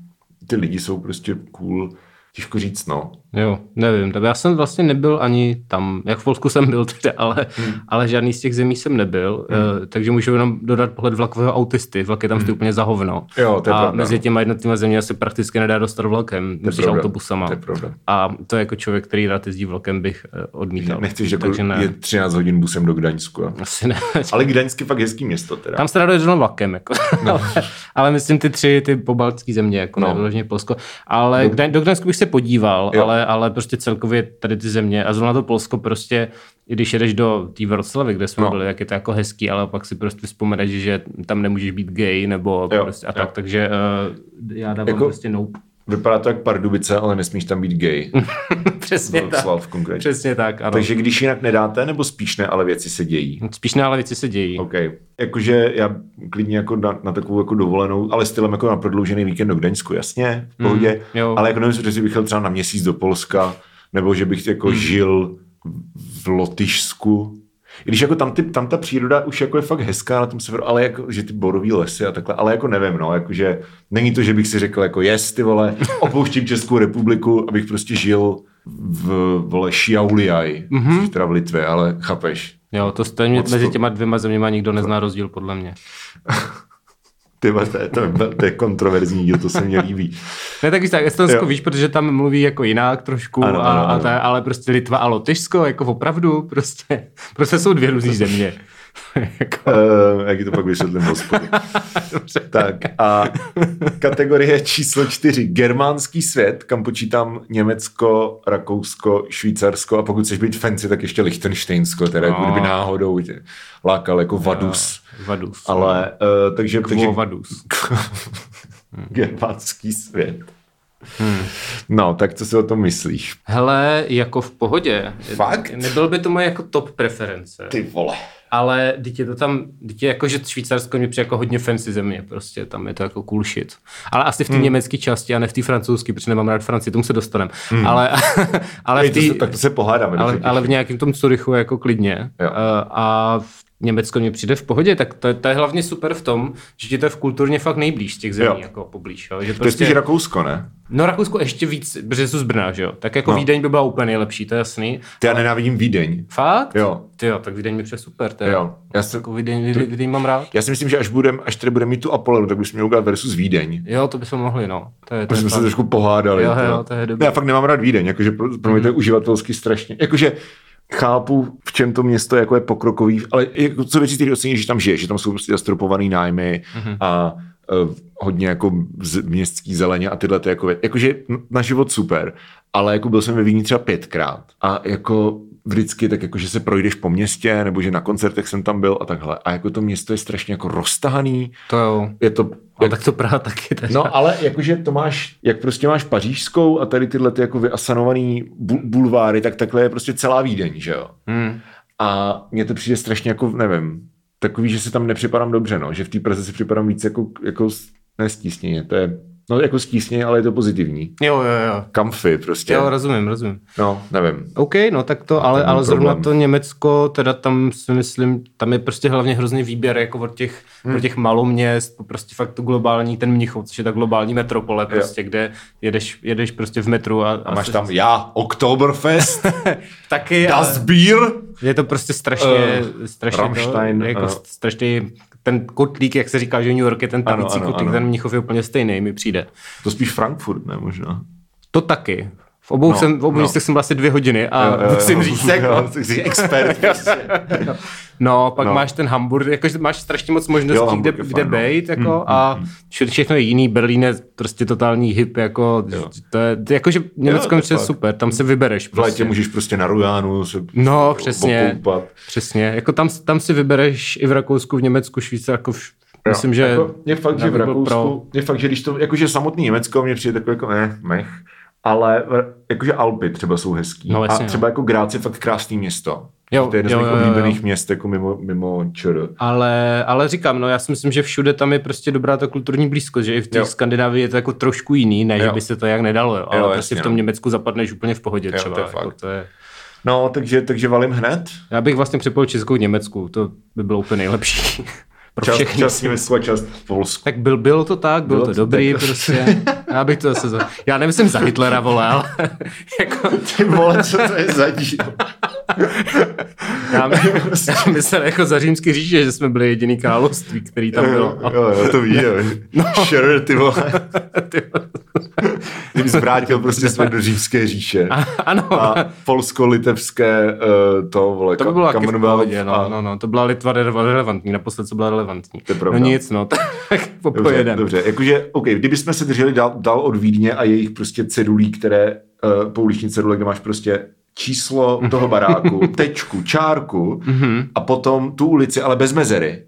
Speaker 1: ty lidi jsou prostě cool, těžko říct, no.
Speaker 2: jo, nevím. Tak já jsem vlastně nebyl ani tam, jak v Polsku jsem byl teda, ale,
Speaker 1: Hmm.
Speaker 2: ale žádný z těch zemí jsem nebyl, eh, takže můžu jenom dodat pohled vlakového autisty. Vlak je tam vždy úplně za hovno.
Speaker 1: Hmm. Jo, to je
Speaker 2: a
Speaker 1: pravda,
Speaker 2: mezi
Speaker 1: no.
Speaker 2: těma jednotlivými zeměmi se prakticky nedá dostat vlakem, musíš
Speaker 1: pravda.
Speaker 2: autobusama.
Speaker 1: To je pravda.
Speaker 2: A to jako člověk, který rád jezdí vlakem, bych eh, odmítal.
Speaker 1: Nechceš jako
Speaker 2: takže ne.
Speaker 1: je 13 hodin busem do Gdaňsku. a-
Speaker 2: Asi ne.
Speaker 1: Ale Gdaňsk je fakt hezký město teda.
Speaker 2: Tam se dá dojet jenom vlakem, jako. No. ale, ale, myslím ty tři, ty pobaltské země, jako
Speaker 1: No.
Speaker 2: no. vyloženě Polsko. Ale do, do Gdaňsku bych se podíval,
Speaker 1: Jo.
Speaker 2: ale, ale prostě celkově tady ty země a zrovna to Polsko prostě, i když jedeš do té Vroclavy, kde jsme
Speaker 1: No.
Speaker 2: no. byli, jak je to jako hezký, ale pak si prostě vzpomeneš, že tam nemůžeš být gay nebo
Speaker 1: Jo,
Speaker 2: jo. prostě a
Speaker 1: jo.
Speaker 2: tak, takže uh, já dávám
Speaker 1: Jako-
Speaker 2: jako... prostě nope.
Speaker 1: Vypadá to jak Pardubice, ale nesmíš tam být gay.
Speaker 2: Přesně tak.
Speaker 1: Václav konkrétně.
Speaker 2: Přesně tak, ano. Takže...
Speaker 1: Takže když jinak nedáte, nebo spíš ne, ale věci se dějí.
Speaker 2: Spíš ne, ale věci se dějí.
Speaker 1: OK. Jakože já klidně jako na, na takovou jako dovolenou, ale stylem jako na prodloužený víkend do Gdaňsku, jasně, v pohodě. Mm,
Speaker 2: jo.
Speaker 1: ale jako nevím, že bych jel třeba na měsíc do Polska, nebo že bych jako mm. žil v Lotyšsku. I když jako tam, ty, tam ta příroda už jako je fakt hezká na tom severu, ale jako, že ty borový lesy a takhle, ale jako nevím, no, jakože není to, že bych si řekl jako jest, ty vole, opouštím Českou republiku, abych prostě žil v, vole, Šiauliaj, mm-hmm. což teda v Litvě, ale chápeš.
Speaker 2: Jo, to stejně
Speaker 1: Odstup.
Speaker 2: mezi těma dvěma zeměma nikdo nezná rozdíl, podle mě.
Speaker 1: Ty vole, to, je, to, je, to je kontroverzní díl, to se mně líbí.
Speaker 2: Ne, tak víš tak, Estonsko
Speaker 1: Jo.
Speaker 2: víš, protože tam mluví jako jinak trošku,
Speaker 1: Ano,
Speaker 2: ano,
Speaker 1: ano,
Speaker 2: a, a
Speaker 1: ano.
Speaker 2: ta, ale prostě Litva a Lotyšsko, jako opravdu, prostě, prostě jsou dvě různé země. Jako,
Speaker 1: Uh, jak ji to pak vysvětlím v hospodě.
Speaker 2: Dobře.
Speaker 1: tak a kategorie číslo čtyři. Germánský svět, kam počítám Německo, Rakousko, Švýcarsko a pokud chceš být fancy, tak ještě Lichtensteinsko, teda no.
Speaker 2: No.
Speaker 1: kdyby náhodou tě lákal jako Vadus.
Speaker 2: Vadus.
Speaker 1: Ale, uh, takže... takže
Speaker 2: Kvo Vadus.
Speaker 1: germánský svět. Hmm. No, tak co si o tom myslíš?
Speaker 2: Hele, jako v pohodě.
Speaker 1: Fakt?
Speaker 2: Nebyl by to moje jako top preference.
Speaker 1: Ty vole.
Speaker 2: Ale dítě to tam, dítě jako, že Švýcarsko mě přijde jako hodně fancy země, prostě tam je to jako cool shit. Ale asi v té hmm. německé části a ne v té francouzské, protože nemám rád Francii, tomu se dostaneme. Hmm. Ale, ale
Speaker 1: Ej,
Speaker 2: v
Speaker 1: to
Speaker 2: té
Speaker 1: se, tak to se pohádáme.
Speaker 2: ale,
Speaker 1: dobře,
Speaker 2: ale v nějakém tom Curychu jako klidně.
Speaker 1: Jo.
Speaker 2: Eh, A v Německo mě přijde v pohodě, tak to, je- to je hlavně super v tom, že ti to je v kulturně fakt nejblíž z těch zemí,
Speaker 1: Jo.
Speaker 2: jo. jako poblíž. Jo? Že
Speaker 1: To je spíš
Speaker 2: prostě,
Speaker 1: Rakousko, ne?
Speaker 2: no Rakousko ještě víc, protože jsou z Brna, že jo? Tak jako
Speaker 1: No.
Speaker 2: no. Vídeň by byla úplně nejlepší, to je jasný.
Speaker 1: Ty já nenávidím Vídeň.
Speaker 2: Fakt?
Speaker 1: Jo.
Speaker 2: Ty jo, tak Vídeň mi přijde super, to je.
Speaker 1: Jo. Já, jsem,
Speaker 2: Jako Vídeň, Vídeň, Vídeň mám rád.
Speaker 1: já si myslím, že až, budem, až tady budeme mít tu Apollo, tak bychom měli udělat versus Vídeň.
Speaker 2: Jo, to bychom mohli, no. To je, to
Speaker 1: My
Speaker 2: je
Speaker 1: jsme se
Speaker 2: fakt-
Speaker 1: trošku pohádali.
Speaker 2: Jo, jo,
Speaker 1: teda.
Speaker 2: to je dobrý. Mhm.
Speaker 1: Ne, Já fakt nemám rád Vídeň, jakože pro, pro mě to je uživatelsky strašně. Jakože chápu, v čem to město jako je pokrokový, ale jako, co věci, které oceníš, že tam žiješ, že tam jsou prostě zastropovaný nájmy
Speaker 2: Mhm.
Speaker 1: a eh, hodně jako z, městský zeleně a tyhle ty jako věci. Jakože n- na život super, ale jako byl jsem ve Vídni třeba pětkrát a jako vždycky tak jako, že se projdeš po městě nebo že na koncertech jsem tam byl a takhle. A jako to město je strašně jako roztahaný,
Speaker 2: To jo.
Speaker 1: je to
Speaker 2: A tak to Praha taky. Teda.
Speaker 1: No ale jakože to máš, jak prostě máš pařížskou a tady tyhle ty jako vyasanovaný bu- bulváry, tak takhle je prostě celá Vídeň, že jo.
Speaker 2: Hmm.
Speaker 1: A mně to přijde strašně jako, nevím, takový, že si tam nepřipadám dobře, no. Že v té Praze si připadám víc jako, jako s- ne stísněně, to je, no jako stísněně, ale je to pozitivní.
Speaker 2: Jo, jo, jo.
Speaker 1: Comfy prostě.
Speaker 2: Jo, rozumím, rozumím.
Speaker 1: No, nevím.
Speaker 2: OK, no tak to, ale,
Speaker 1: není
Speaker 2: ale zrovna
Speaker 1: problém.
Speaker 2: to Německo, teda tam si myslím, tam je prostě hlavně hrozný výběr jako od těch, hmm. od těch maloměst, prostě fakt to globální, ten Mnichov, což je ta globální metropole prostě, kde jedeš, jedeš prostě v metru a,
Speaker 1: A máš tam já, Oktoberfest,
Speaker 2: taky,
Speaker 1: Das
Speaker 2: ale
Speaker 1: Bier.
Speaker 2: je to prostě strašně, uh, strašně
Speaker 1: Rammstein,
Speaker 2: to, jako
Speaker 1: ano.
Speaker 2: uh. strašně ten kotlík, jak se říká, že New York je ten tavící
Speaker 1: ano,
Speaker 2: kotlík,
Speaker 1: ano.
Speaker 2: ten Mnichov je úplně stejný, mi přijde.
Speaker 1: To spíš Frankfurt, ne možná.
Speaker 2: To taky. V obou,
Speaker 1: No,
Speaker 2: no, jsem, v obou
Speaker 1: no.
Speaker 2: no. místech jsem byl asi dvě hodiny a jo, jo, musím říct, jako,
Speaker 1: jo, jsi expert prostě.
Speaker 2: No, pak
Speaker 1: No.
Speaker 2: no. máš ten Hamburg, jakože máš strašně moc možností,
Speaker 1: Jo,
Speaker 2: jo, kde,
Speaker 1: Hamburg je
Speaker 2: kde
Speaker 1: fajn, no. hmm.
Speaker 2: bejt, jako, a vše, všechno je jiný, Berlín je prostě totální hip, jako,
Speaker 1: Jo.
Speaker 2: to je, to- jakože
Speaker 1: to
Speaker 2: Německo
Speaker 1: je
Speaker 2: je
Speaker 1: fakt.
Speaker 2: super, tam se vybereš.
Speaker 1: V létě
Speaker 2: Prostě.
Speaker 1: můžeš prostě na Rujánu se
Speaker 2: No, přesně.
Speaker 1: okoupat.
Speaker 2: Přesně, jako tam, tam si vybereš i v Rakousku, v Německu, Švýcarsku, jako v, myslím, že...
Speaker 1: Jako, je fakt,
Speaker 2: já
Speaker 1: že v
Speaker 2: bych byl
Speaker 1: Rakousku, je fakt, že když to, jakože samotný Německo mě přijde takový jako, eh, mech, ale v- jakože Alpy třeba jsou hezký.
Speaker 2: No, jasně,
Speaker 1: a
Speaker 2: no.
Speaker 1: třeba jako Grác je fakt krásný město.
Speaker 2: Jo,
Speaker 1: to je jedno z
Speaker 2: jo,
Speaker 1: mých
Speaker 2: jo, jo, jo.
Speaker 1: oblíbených měst jako mimo, mimo ČR.
Speaker 2: Ale, ale říkám, no já si myslím, že všude tam je prostě dobrá ta kulturní blízkost, že i v té
Speaker 1: Jo.
Speaker 2: Skandinávii je to jako trošku jiný, ne, že
Speaker 1: Jo.
Speaker 2: by se to jak nedalo, jo, ale
Speaker 1: Jo,
Speaker 2: prostě
Speaker 1: jasně,
Speaker 2: v tom
Speaker 1: no.
Speaker 2: Německu zapadneš úplně v pohodě
Speaker 1: Jo,
Speaker 2: třeba.
Speaker 1: to je
Speaker 2: Jako
Speaker 1: fakt.
Speaker 2: to je...
Speaker 1: No, takže, takže valím hned.
Speaker 2: Já bych vlastně připojil Českou k Německu, to by bylo úplně nejlepší. Pro
Speaker 1: Čas,
Speaker 2: všechny.
Speaker 1: čas Německu a čas v Polsku.
Speaker 2: Tak byl, bylo to tak, bylo,
Speaker 1: Bylo
Speaker 2: to
Speaker 1: to
Speaker 2: dobrý
Speaker 1: tak.
Speaker 2: prostě. Já bych to zase... Za... Já nemyslím za Hitlera, vole, ale jako,
Speaker 1: Ty vole, co to je za díl?
Speaker 2: já, já myslel jako za římský říše, že jsme byli jediný království, který tam bylo. No.
Speaker 1: Jo, jo, to ví, jo. Sure, ty vole.
Speaker 2: Ty vole.
Speaker 1: Ty bys vrátil prostě jsme do Římské říše.
Speaker 2: ano,
Speaker 1: A polsko-litevské eh, to, vole,
Speaker 2: to by bylo taky v
Speaker 1: Commonwealth
Speaker 2: pohodě,
Speaker 1: a-
Speaker 2: no, no, no, to byla Litva rele- relevantní, naposled co byla relevantní.
Speaker 1: To je
Speaker 2: no
Speaker 1: pravda.
Speaker 2: nic, no, tak
Speaker 1: Dobře,
Speaker 2: popojedem.
Speaker 1: dobře, jakože, OK, kdybychom se drželi dál, dál od Vídně a jejich prostě cedulí, které, uh, pouliční cedule, kde máš prostě číslo toho baráku, tečku, čárku
Speaker 2: Mhm.
Speaker 1: a potom tu ulici, ale bez mezery.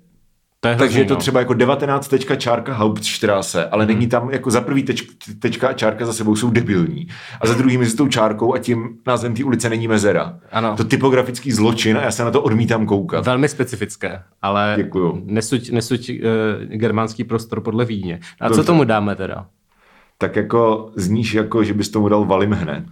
Speaker 2: To je
Speaker 1: Takže
Speaker 2: hrozný,
Speaker 1: je to
Speaker 2: no. Mhm.
Speaker 1: třeba jako 19 tečka čárka Hauptstraße, ale není tam jako za prvý teč, tečka a čárka za sebou jsou debilní. A za druhý mezi tou čárkou a tím názvem té ulice není mezera.
Speaker 2: Ano.
Speaker 1: To typografický zločin a já se na to odmítám koukat.
Speaker 2: Velmi specifické, ale
Speaker 1: Děkuju.
Speaker 2: nesuď, nesuď uh, germánský prostor podle Vídně. A co
Speaker 1: Dobře.
Speaker 2: tomu dáme teda?
Speaker 1: Tak jako zníš jako, že bys tomu dal valim hned.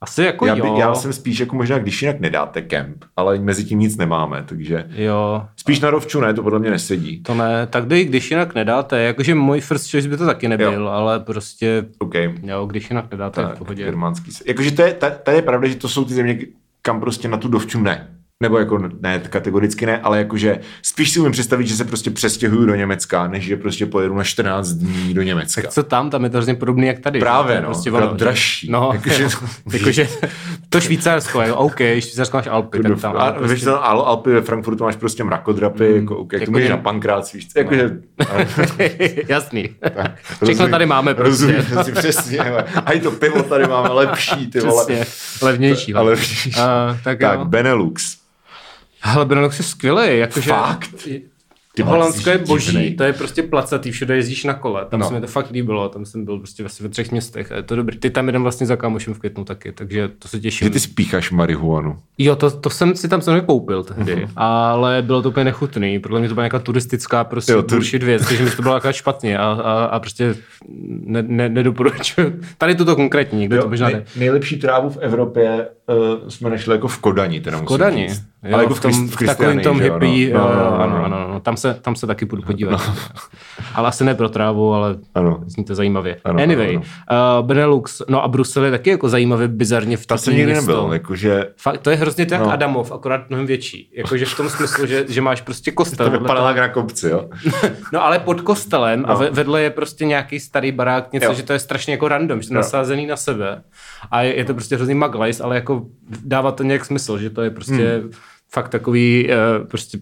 Speaker 2: Asi jako
Speaker 1: Já, by,
Speaker 2: jo.
Speaker 1: já jsem spíš jako možná, když jinak nedáte kemp, ale mezi tím nic nemáme, takže
Speaker 2: Jo,
Speaker 1: spíš na rovču ne, to podle mě nesedí.
Speaker 2: to ne. Tak dej, když jinak nedáte. Jakože můj first choice by to taky nebyl, jo.
Speaker 1: Jo.
Speaker 2: ale prostě,
Speaker 1: OK.
Speaker 2: jo, když jinak nedáte, tak, je v
Speaker 1: Tak,
Speaker 2: pohodě.
Speaker 1: germánský se. Jakože to je, ta- tady je pravda, že to jsou ty země, kam prostě na tu dovču ne. Nebo jako ne, kategoricky ne, ale jakože spíš si umím představit, že se prostě přestěhuju do Německa, než že prostě pojedu na 14 dní do Německa.
Speaker 2: Tak co tam, tam je to hrozně podobný jak tady. že?
Speaker 1: Právě,
Speaker 2: To je
Speaker 1: no,
Speaker 2: prostě
Speaker 1: akorát
Speaker 2: ono, že-
Speaker 1: dražší.
Speaker 2: No,
Speaker 1: Jakože-
Speaker 2: jakože, jakože to Švýcarsko, jako, OK, Švýcarsko máš Alpy, tak tam.
Speaker 1: a
Speaker 2: ale
Speaker 1: víš,
Speaker 2: prostě,
Speaker 1: no, Al- Alpy ve Frankfurtu máš prostě mrakodrapy, mm, jako, okay,
Speaker 2: jako
Speaker 1: jako můžeš
Speaker 2: jen-
Speaker 1: na pankrát, víš, co, jakože, ale-
Speaker 2: jasný. Všechno tady máme prostě.
Speaker 1: Rozumím si přesně. hele. A i to pivo tady máme lepší, ty vole.
Speaker 2: Přesně, levnější.
Speaker 1: Ale,
Speaker 2: A, tak,
Speaker 1: tak
Speaker 2: jo.
Speaker 1: Benelux.
Speaker 2: Hele, Benelux je skvělý, jakože...
Speaker 1: Fakt?
Speaker 2: Ty
Speaker 1: Ty
Speaker 2: Holandsko je
Speaker 1: vole,
Speaker 2: boží,
Speaker 1: divnej.
Speaker 2: to je prostě placatý, všude jezdíš na kole, tam no.
Speaker 1: No.
Speaker 2: se mi to fakt líbilo, tam jsem byl prostě asi ve třech městech a je to dobrý. Ty tam jdem vlastně za kámošem v květnu taky, takže to se těším.
Speaker 1: Že ty spícháš marihuanu.
Speaker 2: Jo, to, to jsem si tam sami koupil tehdy,
Speaker 1: Mhm.
Speaker 2: mm-hmm. ale bylo to úplně nechutný, protože mě to byla nějaká turistická prostě jo,
Speaker 1: Jo,
Speaker 2: tur...
Speaker 1: tur-
Speaker 2: bullshit věc, takže mi to bylo jaká špatně a, a, a prostě ne, ne, nedoporučuju. Tady tuto konkrétně, někde jo, to možná ne.
Speaker 1: nejlepší trávu v Evropě uh, jsme našli jako v Kodani. Teda v
Speaker 2: Kodani,
Speaker 1: Ale jako v, tom, v,
Speaker 2: v takovém tom hippie,
Speaker 1: No,
Speaker 2: eh,
Speaker 1: no,
Speaker 2: ano,
Speaker 1: no,
Speaker 2: ano, ano, tam se, tam se taky půjdu podívat. Ale asi ne pro trávu, ale
Speaker 1: Ano.
Speaker 2: zní to zajímavě.
Speaker 1: Ano,
Speaker 2: anyway,
Speaker 1: ano,
Speaker 2: Uh, Benelux, no a Brusel je taky jako zajímavě, bizarně vtipný
Speaker 1: Tam jsem nikdy
Speaker 2: město.
Speaker 1: nebyl, jakože
Speaker 2: Fakt, to je hrozně tak no.
Speaker 1: No.
Speaker 2: Adamov, akorát mnohem větší. Jakože v tom smyslu, že, že máš prostě kostel.
Speaker 1: to
Speaker 2: vedle
Speaker 1: vypadalo jak na kopci, jo.
Speaker 2: toho. No ale pod kostelem no. a
Speaker 1: No.
Speaker 2: ve- vedle je prostě nějaký starý barák, něco, jo.
Speaker 1: Jo.
Speaker 2: že to je strašně jako random, že to je
Speaker 1: Jo.
Speaker 2: nasázený na sebe. A je, je to prostě hrozný maglajs, ale jako dává to nějak smysl, že to je prostě hmm. fakt takový uh, prostě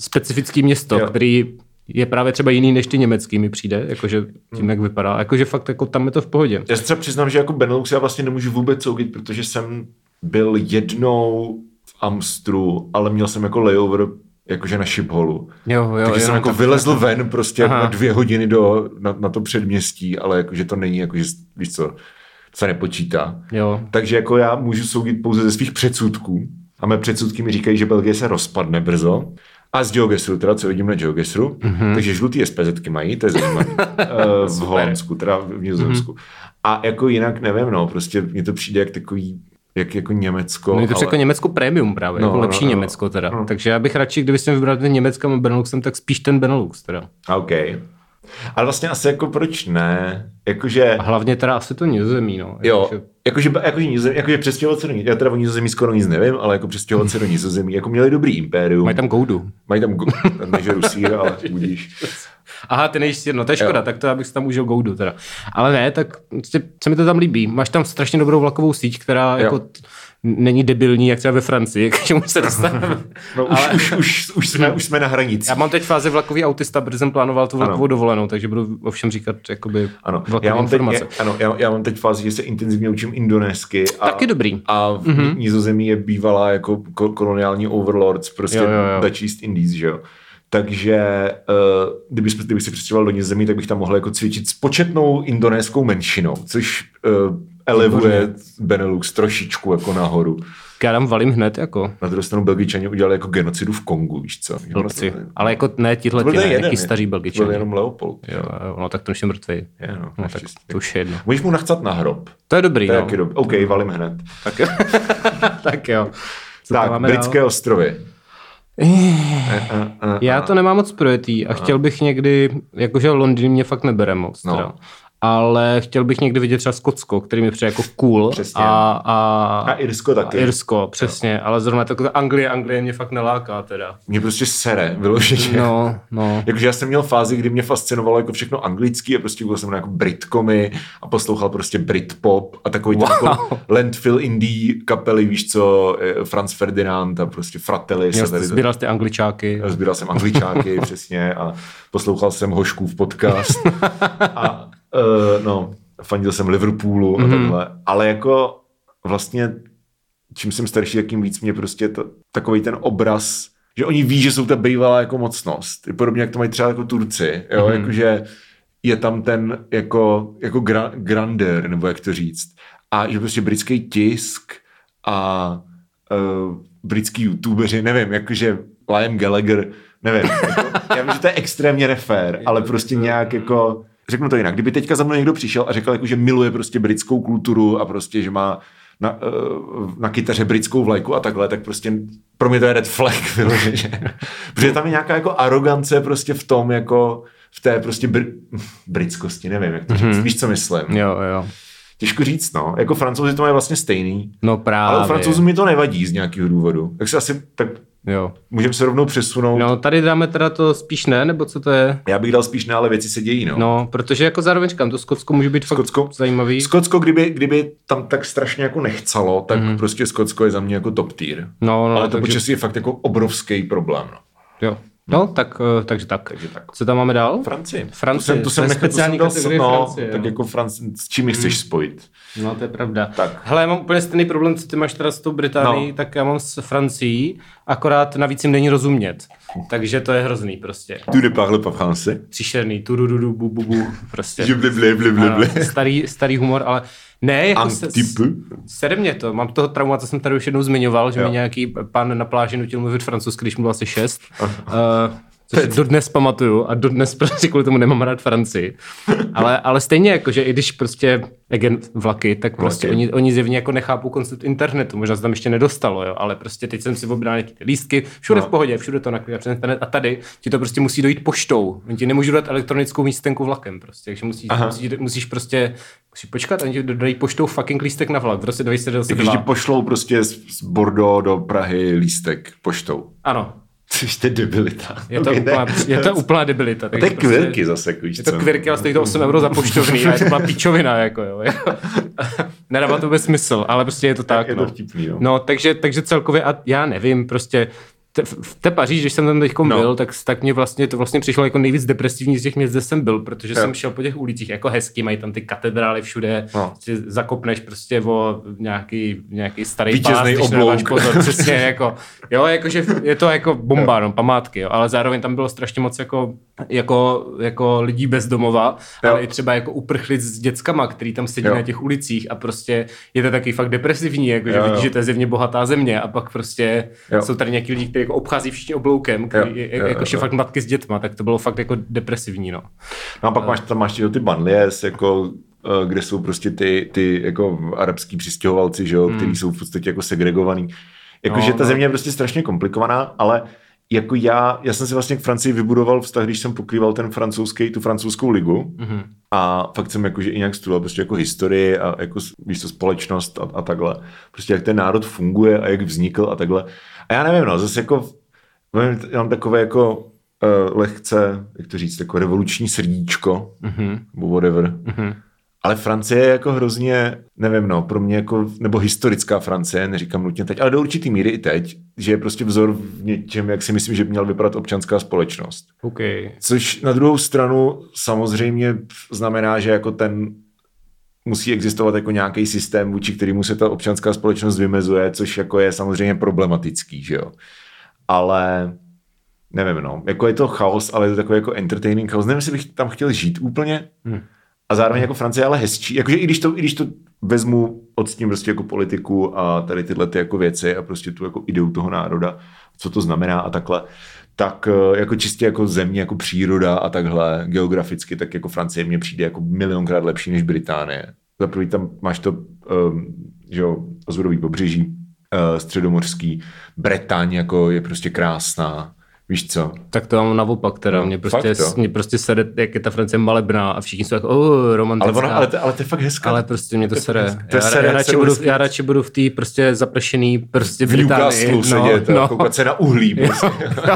Speaker 2: specifický město, jo.
Speaker 1: Jo.
Speaker 2: který je právě třeba jiný než ty německý mi přijde, jakože tím, jak vypadá. Jakože fakt jako tam je to v pohodě.
Speaker 1: Já se třeba přiznám, že jako Benelux já vlastně nemůžu vůbec soudit, protože jsem byl jednou v Amstru, ale měl jsem jako layover jakože na Šipholu.
Speaker 2: Jo, jo,
Speaker 1: Takže
Speaker 2: jo, no,
Speaker 1: jsem jako
Speaker 2: tak-
Speaker 1: vylezl ven prostě
Speaker 2: Aha.
Speaker 1: Aha. na dvě hodiny do, na, na to předměstí, ale jakože to není, jakože, víš co, to se nepočítá.
Speaker 2: Jo.
Speaker 1: Takže jako já můžu soudit pouze ze svých předsudků. A mé předsudky mi říkají, že Belgie se rozpadne brzo. A z Geogesru, teda co vidím na Geogesru, mm-hmm. takže žlutý SPZky mají, to je zajímavé. Eh, v Holandsku, teda v Nizozemsku. Mm-hmm. A jako jinak nevím, no, prostě mně to přijde jak takový, jak jako Německo.
Speaker 2: No, je to ale... jako Německo premium právě, no,
Speaker 1: No,
Speaker 2: jako
Speaker 1: no,
Speaker 2: lepší
Speaker 1: no.
Speaker 2: Německo teda. No. Takže já bych radši, kdybych jsem vybral ten Německým a Beneluxem, tak spíš ten Benelux teda.
Speaker 1: OK. Ale vlastně asi jako proč ne? Jakože...
Speaker 2: A hlavně teda asi to nizozemí, no.
Speaker 1: Jo,
Speaker 2: Jakože-
Speaker 1: jakože, jakože, nizozemí, jakože přestěhovat se do Nizozemí, já teda o Nizozemí skoro nic nevím, ale jako přestěhovat se do Nizozemí, jako měli dobrý impérium,
Speaker 2: Mají tam goudu.
Speaker 1: mají tam, go- tam než Rusír, ale budíš.
Speaker 2: Aha, ten nejsi no to je škoda, tak to já bych si tam užil goudu teda. Ale ne, tak prostě se mi to tam líbí. Máš tam strašně dobrou vlakovou síť, která jo. jako t- není debilní, jak třeba ve Francii, k čemu se dostaneme.
Speaker 1: No už, ale... už, už, už, jsme, už jsme na hranici.
Speaker 2: Já mám teď fázi vlakový autista, protože jsem plánoval tu vlakovou
Speaker 1: Ano.
Speaker 2: dovolenou, takže budu ovšem říkat jakoby
Speaker 1: Ano,
Speaker 2: vlakové
Speaker 1: já mám, teď,
Speaker 2: informace.
Speaker 1: já, ano já, já mám teď fázi, že se intenzivně učím indonésky. A,
Speaker 2: Taky Mhm. dobrý.
Speaker 1: A v mm-hmm. Nizozemí je bývalá jako ko- koloniální overlords, prostě
Speaker 2: Jo, jo, jo.
Speaker 1: Dutch East Indies, že jo. Takže uh, kdybych, kdybych se přestěhoval do Nizozemí, tak bych tam mohl jako cvičit s početnou indonéskou menšinou, což uh, elevuje Benelux trošičku jako nahoru.
Speaker 2: Já tam valím hned, jako.
Speaker 1: Na druhou stranu Belgičani udělali jako genocidu v Kongu, víš co?
Speaker 2: Blbci. Ale jako ne
Speaker 1: To
Speaker 2: tihle,
Speaker 1: byl
Speaker 2: ti,
Speaker 1: ten
Speaker 2: ne,
Speaker 1: jeden,
Speaker 2: nějaký
Speaker 1: ne?
Speaker 2: staří
Speaker 1: To byl
Speaker 2: Belgičani.
Speaker 1: jenom Leopold.
Speaker 2: Jo, jo, no tak ten už je mrtvý.
Speaker 1: Je, no,
Speaker 2: No, tak
Speaker 1: naštěstí.
Speaker 2: to už je jedno.
Speaker 1: Můžeš mu nachcat na hrob.
Speaker 2: To je dobrý,
Speaker 1: To je
Speaker 2: no.
Speaker 1: taky dobrý. OK, valím hned.
Speaker 2: Tak, jo. tak jo. Co tam
Speaker 1: tak,
Speaker 2: máme dál?
Speaker 1: britské ostrovy.
Speaker 2: Já to nemám moc projetý a chtěl bych někdy, jakože Londýn mě fakt nebere moc,
Speaker 1: No.
Speaker 2: no. teda, ale chtěl bych někdy vidět třeba Skotsko, který mi přijde jako cool.
Speaker 1: Přesně.
Speaker 2: A, a,
Speaker 1: A Irsko taky.
Speaker 2: A Irsko, přesně, ale zrovna takové Anglie, Anglie mě fakt neláká teda.
Speaker 1: Mě prostě sere, vyloženě.
Speaker 2: No, no.
Speaker 1: Jakože já jsem měl fázi, kdy mě fascinovalo jako všechno anglický a prostě byl jsem na jako Britkomy a poslouchal prostě Britpop a takový wow. jako landfill indie kapely, víš co, eh, Franz Ferdinand a prostě Fratelli.
Speaker 2: Měl
Speaker 1: se
Speaker 2: jste,
Speaker 1: tady-
Speaker 2: sbíral jste angličáky.
Speaker 1: Sbíral jsem angličáky, přesně, a poslouchal jsem Hoškův podcast. A uh, no, fandil jsem Liverpoolu a takhle. Ale jako vlastně, čím jsem starší, tak tím víc mě prostě to, takový ten obraz, že oni ví, že jsou ta bývalá jako mocnost. Podobně jak to mají třeba jako Turci, jo, mm-hmm. jakože je tam ten jako, jako gra, grandeur, nebo jak to říct. A že prostě britský tisk a uh, britský youtubeři, nevím, jakože Liam Gallagher, nevím. Jako, já vím, že to je extrémně nefér, ale prostě nějak jako, řeknu to jinak, kdyby teďka za mnou někdo přišel a řekl, jako, že miluje prostě britskou kulturu a prostě, že má na, eh, na kytaře britskou vlajku a takhle, tak prostě pro mě to je red flag, vyloženě. Protože tam je nějaká jako arogance prostě v tom, jako v té prostě br- britskosti, nevím, jak to říct. Mm-hmm. Víš, co myslím?
Speaker 2: Mhm. Jo, jo.
Speaker 1: Těžko říct, no. Jako francouzi to mají vlastně stejný.
Speaker 2: No právě.
Speaker 1: Ale u francouzů mi to nevadí z nějakého důvodu. Tak se asi tak
Speaker 2: Jo.
Speaker 1: můžeme se rovnou přesunout. No.
Speaker 2: No tady dáme teda to spíš ne, nebo co to je?
Speaker 1: Já bych dal spíš ne, ale věci se dějí. No. No.
Speaker 2: No, protože jako zároveň říkám, to Skotsko může být fakt
Speaker 1: Skotsko-
Speaker 2: zajímavý.
Speaker 1: Skotsko, kdyby, kdyby tam tak strašně jako nechcalo, tak mm. prostě Skotsko je za mě jako top tier.
Speaker 2: Mhm. No, no,
Speaker 1: ale to
Speaker 2: takže-
Speaker 1: počasí je fakt jako obrovský problém. No.
Speaker 2: Jo. No, tak, eh, takže tak.
Speaker 1: Takže tak.
Speaker 2: Co tam máme dál?
Speaker 1: Francie.
Speaker 2: Francie,
Speaker 1: To jsem, to
Speaker 2: to
Speaker 1: jsem
Speaker 2: je
Speaker 1: nechal-
Speaker 2: speciální
Speaker 1: to jsem
Speaker 2: kategorie
Speaker 1: no,
Speaker 2: Francie,
Speaker 1: Tak
Speaker 2: jo.
Speaker 1: jako Francie, s čím ji chceš spojit?
Speaker 2: No, to je pravda.
Speaker 1: Tak.
Speaker 2: Hele, já mám úplně stejný problém, co ty máš teda s tou Británií,
Speaker 1: No.
Speaker 2: no. tak já mám s Francií, akorát navíc jim není rozumět.
Speaker 1: Hm.
Speaker 2: Takže to je hrozný prostě.
Speaker 1: Tu ne parle pas français?
Speaker 2: Příšerný, tu du, du, du, bu, bu, bu,
Speaker 1: Je
Speaker 2: prostě.
Speaker 1: blé, blé, blé, blé,
Speaker 2: Ano,
Speaker 1: blé.
Speaker 2: starý, starý humor, ale ne, jako
Speaker 1: Un
Speaker 2: se,
Speaker 1: petit peu.
Speaker 2: sere mě to, mám toho trauma, co jsem tady už jednou zmiňoval, že
Speaker 1: Jo.
Speaker 2: mi nějaký pan na pláži nutil mluvit francouzsky, když mu bylo asi šest. Uh, což si dodnes pamatuju a dodnes prostě kvůli tomu nemám rád Francii. Ale, ale stejně jako, že i když prostě again, vlaky, tak prostě
Speaker 1: Vlaky.
Speaker 2: oni, oni zevně jako nechápou koncept internetu, možná se tam ještě nedostalo, jo, ale prostě teď jsem si objednal nějaký ty lístky, všude
Speaker 1: No.
Speaker 2: v pohodě, všude to nakupuji přes internet a tady ti to prostě musí dojít poštou. Oni ti nemůžu dát elektronickou místenku vlakem prostě, takže musíš, musíš, musíš prostě musíš počkat, oni ti dodají poštou fucking lístek na vlak, prostě 2022.
Speaker 1: Když ti pošlou prostě z, z Bordeaux do Prahy lístek poštou.
Speaker 2: Ano,
Speaker 1: Což to je debilita.
Speaker 2: je to,
Speaker 1: Ok,
Speaker 2: úplná, je to úplná debilita.
Speaker 1: To
Speaker 2: takže prostě-
Speaker 1: je kvirky zase, jako víš
Speaker 2: Je to
Speaker 1: co.
Speaker 2: kvirky, ale stojí to 8 euro za poštovný a je to byla pičovina, jako jo. Nedává to vůbec smysl, ale prostě je to tak.
Speaker 1: je to
Speaker 2: no.
Speaker 1: vtipný, no.
Speaker 2: no takže, takže celkově, a já nevím, prostě te, v té Paříž, když jsem tam teď
Speaker 1: No.
Speaker 2: no. byl, tak, tak mě vlastně to vlastně přišlo jako nejvíc depresivní z těch měst, kde jsem byl, protože
Speaker 1: Jo.
Speaker 2: jsem šel po těch ulicích jako hezky, mají tam ty katedrály všude,
Speaker 1: No.
Speaker 2: no. zakopneš prostě o nějaký, nějaký starý
Speaker 1: Vítězný
Speaker 2: pás, když
Speaker 1: oblouk.
Speaker 2: nedáváš pozor, přesně jako, jo, jakože je to jako bomba, no, památky, jo, ale zároveň tam bylo strašně moc jako, jako, jako lidí bez domova,
Speaker 1: Jo.
Speaker 2: ale i třeba jako uprchlic s dětskama, který tam sedí
Speaker 1: Jo.
Speaker 2: na těch ulicích a prostě je to taky fakt depresivní, jakože
Speaker 1: Jo, jo.
Speaker 2: vidíš, že to je zevně bohatá země a pak prostě
Speaker 1: Jo.
Speaker 2: jsou tady nějaký lidi, kteří jako obchází všichni obloukem, který,
Speaker 1: Jo,
Speaker 2: jo.
Speaker 1: jo, jo,
Speaker 2: jakože
Speaker 1: jo.
Speaker 2: fakt matky s dětma, tak to bylo fakt jako depresivní, no.
Speaker 1: No a pak máš, tam máš tyjo, ty banlies, jako eh, kde jsou prostě ty, ty jako arabský přistěhovalci, že jo, hmm. kteří jsou v podstatě jako segregovaný. Jakože
Speaker 2: No,
Speaker 1: ta
Speaker 2: no.
Speaker 1: země je prostě strašně komplikovaná, ale jako já, já jsem si vlastně k Francii vybudoval vztah, když jsem pokrýval ten francouzský, tu francouzskou ligu mm-hmm. a fakt jsem jakože i nějak studoval prostě jako historii a jako víš to, společnost a, a takhle. Prostě jak ten národ funguje a jak vznikl a takhle. A já nevím, no, zase jako Mám, já mám takové jako uh, lehce, jak to říct, jako revoluční srdíčko, mm-hmm. nebo whatever. Mm-hmm. Ale Francie je jako hrozně, nevím no, pro mě jako, nebo historická Francie, neříkám nutně teď, ale do určitý míry i teď, že je prostě vzor v něčem, jak si myslím, že by měla vypadat občanská společnost.
Speaker 2: OK.
Speaker 1: Což na druhou stranu samozřejmě znamená, že jako ten musí existovat jako nějaký systém, vůči kterému se ta občanská společnost vymezuje, což jako je samozřejmě problematický, že jo. Ale nevím, no, jako je to chaos, ale je to takový jako entertaining chaos. Nevím, jestli bych tam chtěl žít úplně. Hmm. A zároveň jako Francie je ale hezčí. Jakože i když to, i když to vezmu od s tím prostě jako politiku a tady tyhle ty jako věci a prostě tu jako ideu toho národa, co to znamená a takhle, tak jako čistě jako země, jako příroda a takhle geograficky, tak jako Francie mně přijde jako milionkrát lepší než Británie. Za prvý tam máš to, um, že jo, Azurový pobřeží, uh, středomořský, Bretaň jako je prostě krásná, Víš co?
Speaker 2: Tak to mám naopak, teda no, mě prostě, fakt, mě prostě sere, jak je ta Francie malebná a všichni jsou jako, oh, romantická.
Speaker 1: Ale, ona, ale, to, ale to je fakt hezká.
Speaker 2: Ale prostě mě to, to sere. To já, sere, já, radši sere budu, hezky. já radši budu v té prostě zapršený prostě
Speaker 1: v Británii. V no, sedět, no. koukat se na uhlí. Prostě.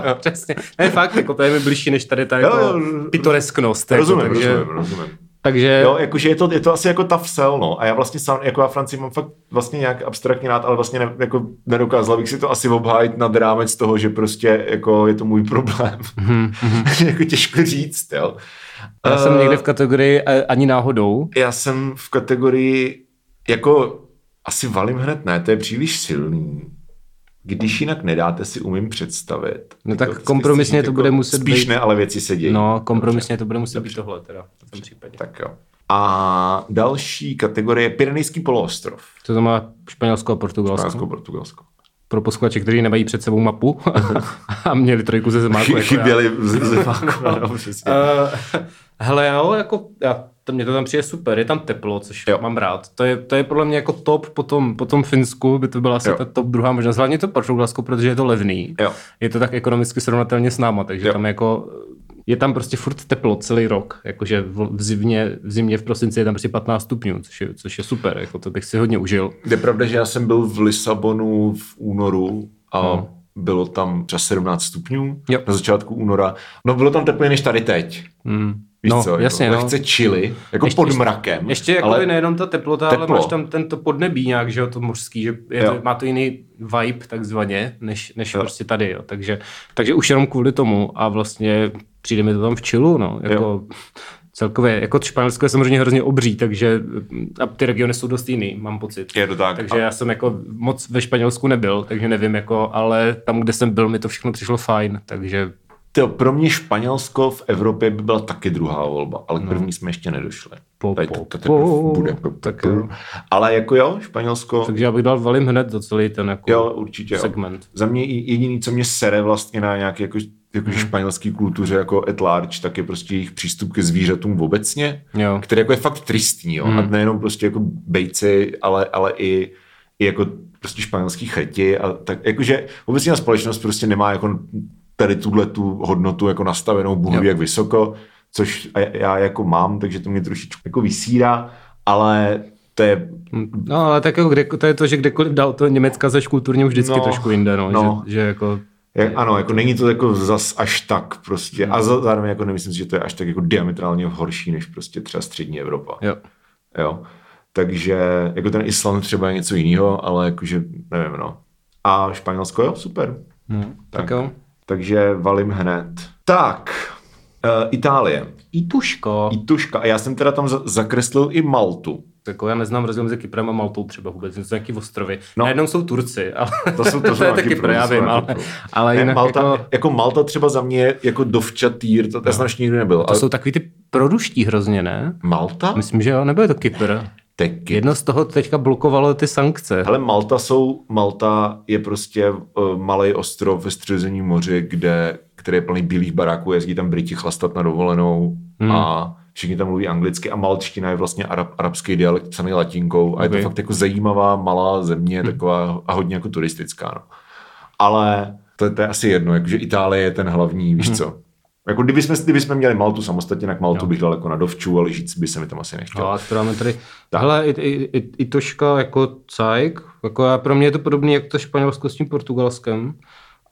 Speaker 2: no, přesně. Ne, fakt, jako to je mi blížší, než tady ta jako jo, jo, pitoresknost.
Speaker 1: Rozumím,
Speaker 2: jako,
Speaker 1: takže... rozumím, rozumím.
Speaker 2: Takže...
Speaker 1: Jo, jakože je to, je to asi jako ta vsel, no. A já vlastně sám, jako já Francii mám fakt vlastně nějak abstraktně rád, ale vlastně ne, jako nedokázal bych si to asi obhájit nad rámec toho, že prostě jako je to můj problém. Mm-hmm. jako těžko říct, jo.
Speaker 2: Mhm, Já uh, jsem
Speaker 1: eh,
Speaker 2: někde v kategorii eh, ani náhodou.
Speaker 1: Já jsem v kategorii jako asi valím hned ne, to je příliš silný. Když jinak nedáte, si umím představit.
Speaker 2: No tak to, kompromisně to jako, bude muset
Speaker 1: spíš být. Spíš ne, ale věci se dějí.
Speaker 2: No, kompromisně Dobře. to bude muset Dobře. být tohle teda. V tom případě.
Speaker 1: Tak jo. A další kategorie je Pyrenejský poloostrov.
Speaker 2: To znamená Španělsko a Portugalsko.
Speaker 1: Španělsko a Portugalsko.
Speaker 2: Pro posluchače, kteří nemají před sebou mapu a měli trojku ze zemáku. Jako
Speaker 1: Chyběli ze zemáku. no, no,
Speaker 2: uh, hele, jo, jako já to, mě to tam přijde super, je tam teplo, což jo. mám rád. To je, to je podle mě jako top po tom, po tom Finsku, by to byla asi jo. ta top druhá možnost. Hlavně to Portugalsko, protože je to levný.
Speaker 1: Jo.
Speaker 2: Je to tak ekonomicky srovnatelně s náma, takže jo. tam jako je tam prostě furt teplo celý rok, jakože v zimě, v zimě v prosinci je tam prostě 15 stupňů, což je, což je super, jako to bych si hodně užil.
Speaker 1: Je pravda, že já jsem byl v Lisabonu v únoru a no. bylo tam třeba 17 stupňů
Speaker 2: Hmm. jo.
Speaker 1: na začátku února. No bylo tam tepleji než tady teď.
Speaker 2: Mm.
Speaker 1: Víš
Speaker 2: no,
Speaker 1: co,
Speaker 2: jasně,
Speaker 1: jako, no. lehce chili, jako ještě, pod mrakem.
Speaker 2: Ještě jako ale... nejenom ta teplota, teplo. ale máš tam tento podnebí nějak, že jo, to mořský, že je to, má to jiný vibe takzvaně, než, než jo. prostě tady, jo. Takže, takže už jenom kvůli tomu a vlastně přijde mi to tam v čilu, no, jako... Jo. Celkově, jako Španělsko je samozřejmě hrozně obří, takže a ty regiony jsou dost jiný, mám pocit.
Speaker 1: Je to tak.
Speaker 2: Takže a... já jsem jako moc ve Španělsku nebyl, takže nevím, jako, ale tam, kde jsem byl, mi to všechno přišlo fajn, takže
Speaker 1: to pro mě Španělsko v Evropě by byla taky druhá volba, ale k první no. jsme ještě nedošli.
Speaker 2: Po,
Speaker 1: Tady to, to, to bude. Tak jo. Ale jako jo, Španělsko.
Speaker 2: Takže já bych dal valim hned za celý ten jako
Speaker 1: jo, určitě,
Speaker 2: segment.
Speaker 1: Jo. Za mě jediný, co mě sere vlastně na nějaké jako, jako hmm. španělský kultuře jako at large, tak je prostě jejich přístup ke zvířatům obecně,
Speaker 2: jo.
Speaker 1: který jako je fakt tristní. Jo? Hmm. A nejenom prostě jako bejci, ale, ale i, i jako prostě španělský cheti a tak jakože obecně ta společnost prostě nemá jako tady tuhle tu hodnotu jako nastavenou Bůh jak vysoko, což já jako mám, takže to mě trošičku jako vysírá, ale to je...
Speaker 2: No ale tak jako kde, to je to, že kdekoliv dal to Německa seš kulturně už vždycky no, trošku jinde, no, no. Že, že jako...
Speaker 1: Jak, ano, jako není to jako zas až tak prostě. No. A za, zároveň jako nemyslím si, že to je až tak jako diametrálně horší než prostě třeba střední Evropa.
Speaker 2: Jo.
Speaker 1: jo. Takže jako ten Island třeba je něco jiného, ale jakože nevím, no. A Španělsko, jo, super.
Speaker 2: No, tak. tak jo
Speaker 1: takže valím hned. Tak, uh, Itálie.
Speaker 2: Ituško.
Speaker 1: Ituška. A já jsem teda tam za- zakreslil i Maltu.
Speaker 2: Jako já neznám rozdíl mezi Kyprem a Maltou třeba vůbec, jsou nějaký ostrovy. No. Najednou jsou Turci, ale
Speaker 1: to jsou to,
Speaker 2: to je taky Kypr, já vím, ale, ale
Speaker 1: jinak ne, Malta, jako... jako... Malta třeba za mě je jako dovčatýr, to, to no. jsem nikdy nebyl.
Speaker 2: To ale... jsou takový ty produští hrozně, ne?
Speaker 1: Malta?
Speaker 2: Myslím, že jo, nebyl to Kypr.
Speaker 1: Teky.
Speaker 2: Jedno z toho teďka blokovalo ty sankce.
Speaker 1: Ale Malta jsou, Malta je prostě uh, malý ostrov ve středozemním moři, kde, který je plný bílých baráků, jezdí tam Briti chlastat na dovolenou hmm. a všichni tam mluví anglicky a malčtina je vlastně arab, arabský dialekt psaný latinkou a je okay. to fakt jako zajímavá malá země, hmm. taková a hodně jako turistická. No. Ale to, to je asi jedno, jakože Itálie je ten hlavní, víš hmm. co. Jako kdyby jsme, kdyby jsme měli Maltu samostatně, tak Maltu jo. bych dal jako na dovču, ale žít by se mi tam asi nechtěl.
Speaker 2: No, to máme tady. Tahle i, i, i, i toška jako cajk, jako já, pro mě je to podobné jak to Španělsko s tím Portugalskem.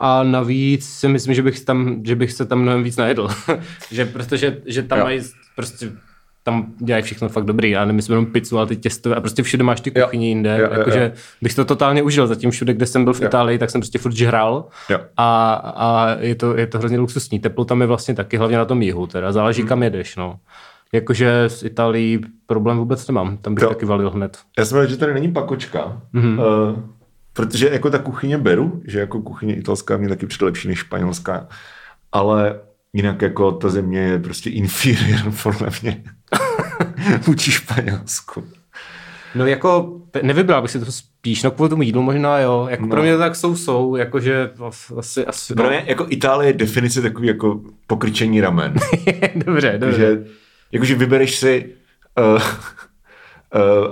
Speaker 2: A navíc si myslím, že bych, tam, že bych se tam mnohem víc najedl. že, protože že tam jo. mají prostě tam dělají všechno fakt dobrý. Já nemyslím jenom pizzu, ale ty těstové a prostě všude máš ty kuchyni jo. jinde. Jo, jo, jakože jo. bych to totálně užil. Zatím všude, kde jsem byl v jo. Itálii, tak jsem prostě furt žral.
Speaker 1: Jo.
Speaker 2: A, a je, to, je to hrozně luxusní. Teplo tam je vlastně taky, hlavně na tom jihu. Teda záleží,
Speaker 1: Mhm.
Speaker 2: hmm. kam jedeš. No. Jakože s Itálií problém vůbec nemám. Tam bych jo. taky valil hned.
Speaker 1: Já jsem rád, že tady není pakočka. Mm-hmm. Uh, protože jako ta kuchyně beru, že jako kuchyně italská mě taky přijde lepší než španělská. Ale Jinak jako ta země je prostě inferior podle mě vůči Španělsku.
Speaker 2: No jako, te- nevybral bych si to spíš, no kvůli tomu jídlu možná jo, jako no. pro mě to tak jsou, jsou, jakože as- asi, asi,
Speaker 1: Pro mě jako Itálie je definice takový jako pokrčení ramen.
Speaker 2: dobře, dobře.
Speaker 1: že, jakože vybereš si, uh, uh,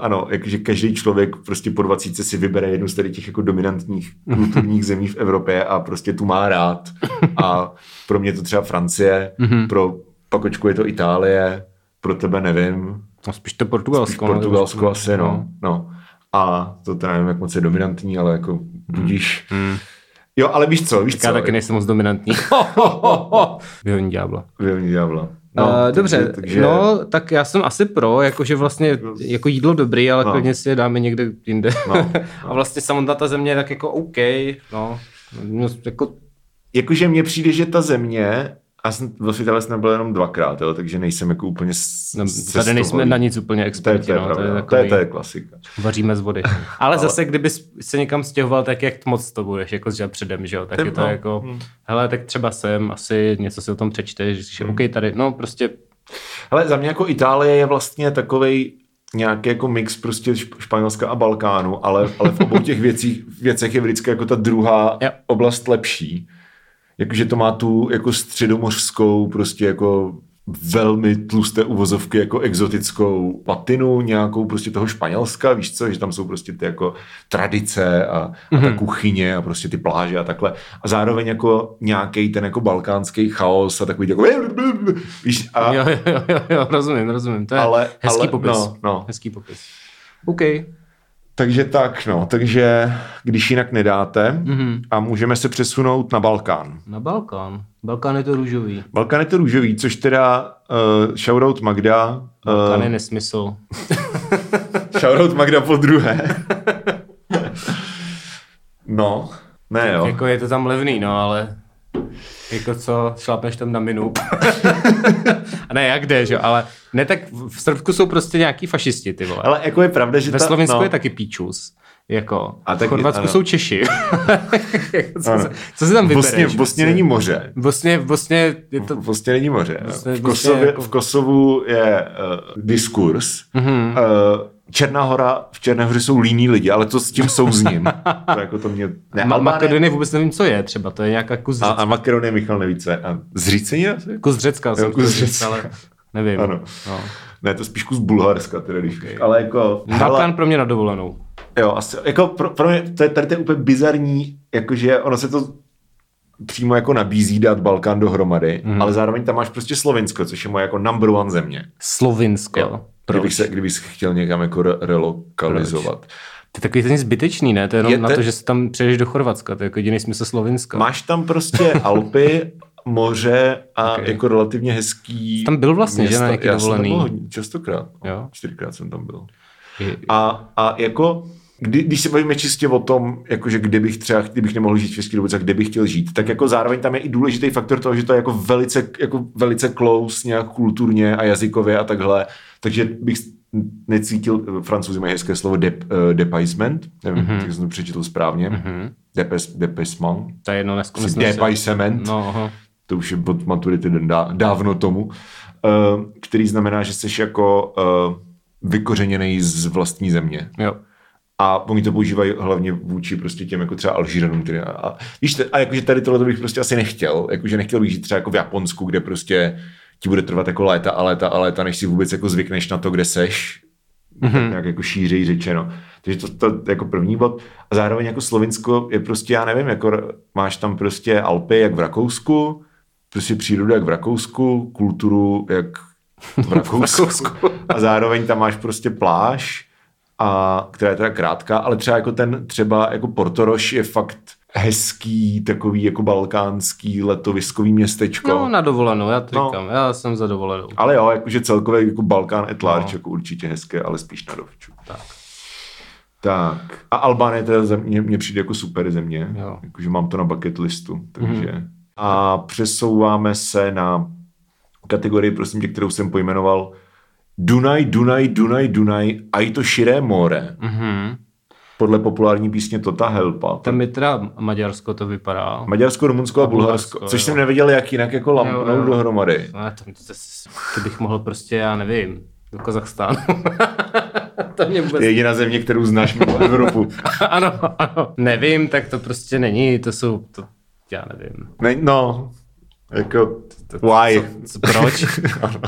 Speaker 1: ano, jakože každý člověk prostě po 20 si vybere jednu z tady těch jako dominantních kulturních zemí v Evropě a prostě tu má rád. A pro mě to třeba Francie,
Speaker 2: Mhm.
Speaker 1: pro Pakočku je to Itálie, pro tebe nevím,
Speaker 2: No, spíš to Portugalsko.
Speaker 1: spíš
Speaker 2: no,
Speaker 1: Portugalsko asi, no. no. A to teda nevím, jak moc je dominantní, ale jako budíš. Jo, ale víš co, víš
Speaker 2: Hmm. Já
Speaker 1: co.
Speaker 2: taky nejsem moc dominantní. Vyhoní ďábla.
Speaker 1: Vyhoní ďábla.
Speaker 2: No, uh,
Speaker 1: takže-
Speaker 2: dobře, takže... no, tak já jsem asi pro, jakože vlastně jako jídlo dobrý, ale
Speaker 1: No.
Speaker 2: no. klidně si je dáme někde jinde.
Speaker 1: No,
Speaker 2: No. a vlastně samotná ta země je tak jako OK, no, no jako,
Speaker 1: Jakože mně přijde, že ta země, a jsem, v Italii jsem byl jenom dvakrát, jo, takže nejsem jako úplně s,
Speaker 2: no tady
Speaker 1: cestovaný.
Speaker 2: nejsme na nic úplně
Speaker 1: To je,
Speaker 2: experti,
Speaker 1: to je,
Speaker 2: no, to je
Speaker 1: pravda, no. to, je,
Speaker 2: takový,
Speaker 1: to je klasika.
Speaker 2: vaříme z vody. Ale, zase, kdyby se někam stěhoval, tak jak moc to budeš, jako že předem, že jo, tak
Speaker 1: Ten-
Speaker 2: je to
Speaker 1: no.
Speaker 2: jako, hele, tak třeba sem, asi něco si o tom přečteš,
Speaker 1: Hmm.
Speaker 2: že OK, tady, no prostě,
Speaker 1: Ale za mě jako Itálie je vlastně takovej nějaký jako mix prostě Šp- Španělska a Balkánu, ale, ale v obou těch věcích, věcech je vždycky jako ta druhá
Speaker 2: Jo.
Speaker 1: oblast lepší. Jakože to má tu jako středomořskou prostě jako velmi tlusté uvozovky jako exotickou patinu, nějakou prostě toho Španělska, víš co, že tam jsou prostě ty jako tradice a, a ta kuchyně a prostě ty pláže a takhle. A zároveň jako nějaký ten jako balkánský chaos a takový jako víš, a,
Speaker 2: jo, jo, jo, jo, jo, rozumím, rozumím, to je
Speaker 1: Ale-
Speaker 2: hezký
Speaker 1: ale-
Speaker 2: popis,
Speaker 1: no, no.
Speaker 2: hezký popis. OK,
Speaker 1: Takže tak, no, takže když jinak nedáte
Speaker 2: Mhm.
Speaker 1: mm-hmm. a můžeme se přesunout na Balkán.
Speaker 2: na Balkán, Balkán je to růžový,
Speaker 1: Balkán je to růžový, což teda uh, shoutout Magda,
Speaker 2: Balkán
Speaker 1: uh,
Speaker 2: je nesmysl.
Speaker 1: shoutout Magda po druhé. no, ne jo.
Speaker 2: Jako je to tam levný, no, ale jako co, šlápneš tam na minu. a ne, jak jde, že jo, ale ne, tak v v Srbsku jsou prostě nějaký fašisti, ty vole.
Speaker 1: Ale jako je pravda, že
Speaker 2: Ve
Speaker 1: ta...
Speaker 2: Slovensku
Speaker 1: no,
Speaker 2: je taky píčus. Jako,
Speaker 1: A
Speaker 2: a
Speaker 1: tak-
Speaker 2: tak, v Chorvatsku
Speaker 1: ano.
Speaker 2: jsou Češi. Jako, co,
Speaker 1: Ano.
Speaker 2: se, co si tam
Speaker 1: v
Speaker 2: vybereš? prostě.
Speaker 1: Bosně, v Bosně není moře.
Speaker 2: Vlastně, vlastně je to...
Speaker 1: Vlastně není moře.
Speaker 2: Bosně-
Speaker 1: v,
Speaker 2: Bosně
Speaker 1: Kosově,
Speaker 2: jako-
Speaker 1: v Kosovu je uh, diskurs.
Speaker 2: Mhm.
Speaker 1: Mm-hmm. Uh, Černá hora, v Černé hoře jsou líní lidi, ale to s tím souzním. to jako to mě... Ne,
Speaker 2: Ma-
Speaker 1: Albánie-
Speaker 2: Makedonie vůbec nevím, co je třeba. To je nějaká kus,
Speaker 1: A,
Speaker 2: a,
Speaker 1: a Makedonie Michal neví, co je. A zřícení asi?
Speaker 2: kus Řecka. jsem
Speaker 1: kus
Speaker 2: chtěl říct,
Speaker 1: Řecka.
Speaker 2: Ale nevím.
Speaker 1: Ano.
Speaker 2: No.
Speaker 1: Ne, to spíš kus Bulharska, teda když okay. Ale jako, hele,
Speaker 2: Balkán pro mě na dovolenou.
Speaker 1: jo, asi, jako pro, pro mě, to je, tady to je úplně bizarní, jakože ono se to přímo jako nabízí dát Balkán dohromady, mm. ale zároveň tam máš prostě Slovinsko, což je moje jako number one země.
Speaker 2: Slovinsko.
Speaker 1: Kdybych se, kdybych se chtěl někam jako re- relokalizovat.
Speaker 2: To je takový ten zbytečný, ne? To je jenom
Speaker 1: Je
Speaker 2: na
Speaker 1: ten-
Speaker 2: to, že se tam přejdeš do Chorvatska. To je jako jediný smysl Slovinska.
Speaker 1: Máš tam prostě Alpy, moře a okay.
Speaker 2: Okay.
Speaker 1: jako relativně hezký
Speaker 2: Tam byl vlastně, že,
Speaker 1: města.
Speaker 2: na nějaký
Speaker 1: Já jsem tam
Speaker 2: dovolený?
Speaker 1: byl hodně, častokrát. no.
Speaker 2: Jo.
Speaker 1: Čtyřikrát jsem tam byl.
Speaker 2: I-
Speaker 1: A, a jako, kdy, když se bavíme čistě o tom, jakože kde bych třeba, kdybych nemohl žít v České republice, kde bych chtěl žít, tak jako zároveň tam je i důležitý faktor toho, že to je jako velice, jako velice close nějak kulturně a jazykově a takhle, takže bych necítil, francouzi mají hezké slovo dep, eh, depaisement, nevím,
Speaker 2: Mhm.
Speaker 1: mm-hmm. jak jsem to přečetl správně, mm-hmm. depes, depaisement,
Speaker 2: To je jedno, dneska
Speaker 1: depaisement,
Speaker 2: No, aha.
Speaker 1: to už je od maturity den dá- dávno tomu, eh, který znamená, že jsi jako eh, vykořeněný z vlastní země.
Speaker 2: Jo.
Speaker 1: A oni to používají hlavně vůči prostě těm jako třeba Alžíranům. Který, a, a, víš, te- a jakože tady tohle bych prostě asi nechtěl. Jakože nechtěl bych žít třeba jako v Japonsku, kde prostě ti bude trvat jako léta a léta a léta, než si vůbec jako zvykneš na to, kde seš. Mm-hmm. Tak nějak jako šířej řečeno. Takže to, to jako první bod. A zároveň jako Slovinsko je prostě, já nevím, jako r- máš tam prostě Alpy jak v Rakousku, prostě přírodu jak v Rakousku, kulturu jak v Rakousku.
Speaker 2: Rakousku.
Speaker 1: A zároveň tam máš prostě pláž, a, která je teda krátká, ale třeba jako ten, třeba jako Portoroš je fakt hezký, takový jako balkánský letoviskový městečko.
Speaker 2: No, na dovolenou, já to
Speaker 1: No.
Speaker 2: říkám. Já jsem za dovolenou.
Speaker 1: Ale jo, jakože celkově jako Balkán et large, no. jako určitě hezké, ale spíš na dovču.
Speaker 2: Tak.
Speaker 1: Tak. A Albánie teda za mě, mě přijde jako super země.
Speaker 2: Jo. Mhm.
Speaker 1: Jakože mám to na bucket listu. Takže. Mm. A přesouváme se na kategorii, prosím tě, kterou jsem pojmenoval Dunaj, Dunaj, Dunaj, Dunaj a i to širé more.
Speaker 2: Mhm.
Speaker 1: Podle populární písně Tota Helpa.
Speaker 2: Tam je teda Maďarsko to vypadá.
Speaker 1: Maďarsko, Rumunsko a Bulharsko,
Speaker 2: Bulharsko,
Speaker 1: což
Speaker 2: jo.
Speaker 1: jsem nevěděl, jak jinak jako
Speaker 2: Jo,
Speaker 1: lampnou
Speaker 2: jo.
Speaker 1: dohromady.
Speaker 2: No, tam to, to, to bych mohl prostě, já nevím, do Kazachstánu. to mě vůbec...
Speaker 1: Je jediná země, kterou znáš mimo Evropu.
Speaker 2: ano, ano. Nevím, tak to prostě není, to jsou, to, já nevím.
Speaker 1: Ne, no, jako,
Speaker 2: To, to-
Speaker 1: why?
Speaker 2: Co, co, proč?
Speaker 1: Ano.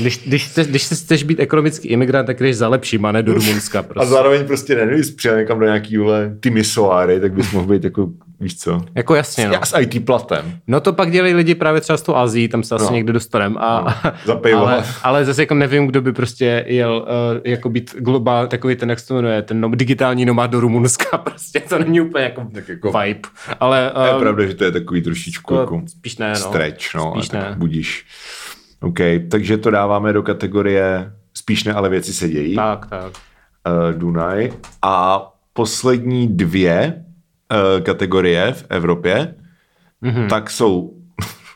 Speaker 2: Když, když, chceš, když se chceš být ekonomický imigrant, tak jdeš za lepším, a ne do Rumunska.
Speaker 1: A
Speaker 2: Prostě.
Speaker 1: zároveň prostě ne, kdybys přijel někam do nějaký vole Timisoary, tak bys mohl být jako, víš co,
Speaker 2: Jako jasně, no.
Speaker 1: já s IT platem.
Speaker 2: No to pak dělají lidi právě třeba z tou Azii, tam se asi
Speaker 1: No.
Speaker 2: někde dostaneme. A,
Speaker 1: No, za pivo.
Speaker 2: Ale, ale zase jako nevím, kdo by prostě jel uh, jako být globál, takový ten, jak se to jmenuje, ten no, digitální nomád do Rumunska, prostě to není úplně jako,
Speaker 1: Tak
Speaker 2: jako
Speaker 1: jako-
Speaker 2: vibe. Ale
Speaker 1: To je
Speaker 2: ehm,
Speaker 1: pravda, že to je takový trošičku
Speaker 2: to
Speaker 1: jako
Speaker 2: spíš ne, no.
Speaker 1: stretch, no,
Speaker 2: Spíš
Speaker 1: spíš
Speaker 2: ne.
Speaker 1: tak budíš. OK, takže to dáváme do kategorie spíš ne, ale věci se dějí.
Speaker 2: tak, tak.
Speaker 1: eh, Dunaj. A poslední dvě eh, kategorie v Evropě,
Speaker 2: Mhm.
Speaker 1: mm-hmm. tak jsou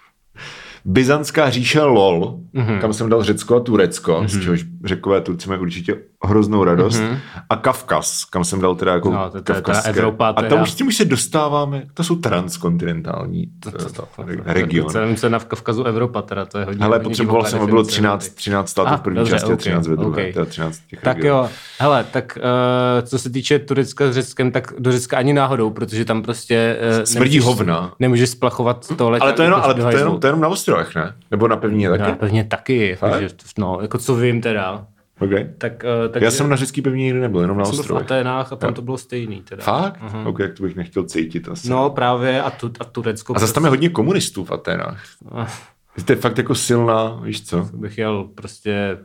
Speaker 1: Byzantská říše LOL,
Speaker 2: Mhm.
Speaker 1: mm-hmm. kam jsem dal Řecko a Turecko, mm-hmm. z čehož řekové a Turci mají určitě hroznou radost, mm-hmm. a Kavkaz, kam jsem dal teda jako
Speaker 2: Mhm. No, to- to je teda
Speaker 1: kavkazské.
Speaker 2: Evropa
Speaker 1: a
Speaker 2: teda.
Speaker 1: tam už s tím už se dostáváme, to jsou transkontinentální
Speaker 2: To- to-
Speaker 1: eh,
Speaker 2: to-
Speaker 1: regiony.
Speaker 2: To, to, to, to na v Kavkazu Evropa, teda to je hodně.
Speaker 1: Hele,
Speaker 2: hodně
Speaker 1: potřeboval
Speaker 2: divoká
Speaker 1: jsem, aby bylo
Speaker 2: definice.
Speaker 1: 13, 13
Speaker 2: Ah,
Speaker 1: států v první
Speaker 2: dobře,
Speaker 1: části a
Speaker 2: ok,
Speaker 1: 13 ve druhé.
Speaker 2: ok.
Speaker 1: teda 13 těch
Speaker 2: Tak
Speaker 1: regionů.
Speaker 2: jo, hele, tak uh, co se týče Turecka s Řeckem, tak do Řecka ani náhodou, protože tam prostě... Uh,
Speaker 1: Smrdí hovna. Hm?
Speaker 2: Nemůžeš splachovat tohle. jako
Speaker 1: Ale to, jenom, ale to, jenom, to jenom na ostrovech, ne? Nebo na pevnině taky?
Speaker 2: No, pevně taky,
Speaker 1: Fakt?
Speaker 2: jakože, no, jako co vím teda.
Speaker 1: Okay.
Speaker 2: Tak, uh, tak
Speaker 1: Já jsem na řecký pevnině nikdy nebyl, jenom na
Speaker 2: jsem byl v
Speaker 1: ostrovech.
Speaker 2: Aténách a tam to bylo stejný teda.
Speaker 1: Fakt? Uh-huh. Ok, jak to bych nechtěl cítit asi.
Speaker 2: No prostě- právě a, tu, a Turecko. prostě- Ah,
Speaker 1: A zase tam je hodně komunistů v Atenách. To je fakt jako silná, víš co?
Speaker 2: bych jel prostě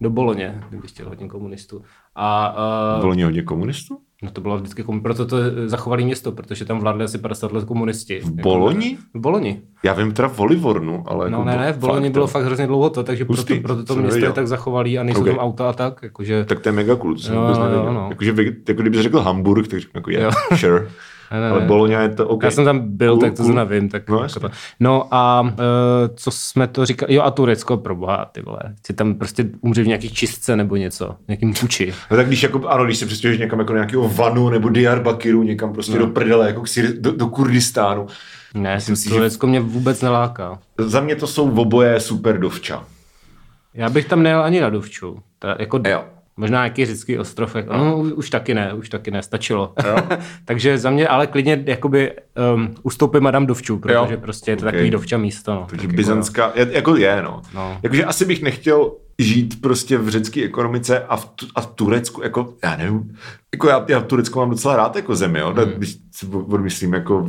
Speaker 2: do Boloně, kdybych chtěl hodně komunistů. A uh,
Speaker 1: Bylo hodně komunistů?
Speaker 2: no to bylo vždycky komun... proto to je zachovali město, protože tam vládli asi 50 let komunisti. Jako-
Speaker 1: V Boloni?
Speaker 2: V Boloni.
Speaker 1: Já vím teda v Olivornu, ale...
Speaker 2: No
Speaker 1: jako
Speaker 2: ne,
Speaker 1: bo-
Speaker 2: ne, v Boloni
Speaker 1: fakt,
Speaker 2: bylo
Speaker 1: jo.
Speaker 2: fakt hrozně dlouho to, takže proto,
Speaker 1: Hustý,
Speaker 2: proto to
Speaker 1: jsem
Speaker 2: město je
Speaker 1: nevěděl.
Speaker 2: tak zachovalý a nejsou
Speaker 1: Ok.
Speaker 2: tam auta a tak, jakože...
Speaker 1: Tak to je mega cool, to jsem
Speaker 2: No,
Speaker 1: vůbec
Speaker 2: no,
Speaker 1: nevěděl.
Speaker 2: no, no.
Speaker 1: Jakože, vy- jako kdyby řekl Hamburg, tak řeknu jako je,
Speaker 2: Jo.
Speaker 1: sure.
Speaker 2: Ne, ne,
Speaker 1: Ale
Speaker 2: ne.
Speaker 1: Bologna je to OK.
Speaker 2: Já jsem tam byl,
Speaker 1: Cool,
Speaker 2: tak to
Speaker 1: cool.
Speaker 2: zrovna vím. Tak
Speaker 1: No,
Speaker 2: no,
Speaker 1: jasně.
Speaker 2: jako to. no a e, co jsme to říkali? Jo a Turecko, proboha, ty vole. Ty tam prostě umře v nějaký čistce nebo něco, v nějakým kuči.
Speaker 1: No tak když, jako, ano, když se přestěhuješ někam jako do nějakého vanu nebo Diyarbakiru, někam
Speaker 2: No.
Speaker 1: prostě do prdele, jako k Syri- do, do Kurdistánu.
Speaker 2: Ne,
Speaker 1: Myslím si, že-
Speaker 2: Turecko mě vůbec neláká.
Speaker 1: Za mě to jsou oboje super dovča.
Speaker 2: Já bych tam nejel ani na Dovču. Ta, jako,
Speaker 1: Jo.
Speaker 2: Možná nějaký řecký ostrov. Jako, no, u- už taky ne, už taky ne, stačilo. Takže za mě, ale klidně jakoby um, ustoupím a dám Dovču, protože prostě je to
Speaker 1: Ok.
Speaker 2: takový Dovča místo. No.
Speaker 1: Takže
Speaker 2: Tak
Speaker 1: byzantská, je, jako je, no.
Speaker 2: No.
Speaker 1: Jakože asi bych nechtěl žít prostě v řecké ekonomice a v, tu, a v Turecku, jako, já nevím, jako já, já Turecko mám docela rád jako zemi, jo,
Speaker 2: Hmm.
Speaker 1: mm. když si po- odmyslím, jako,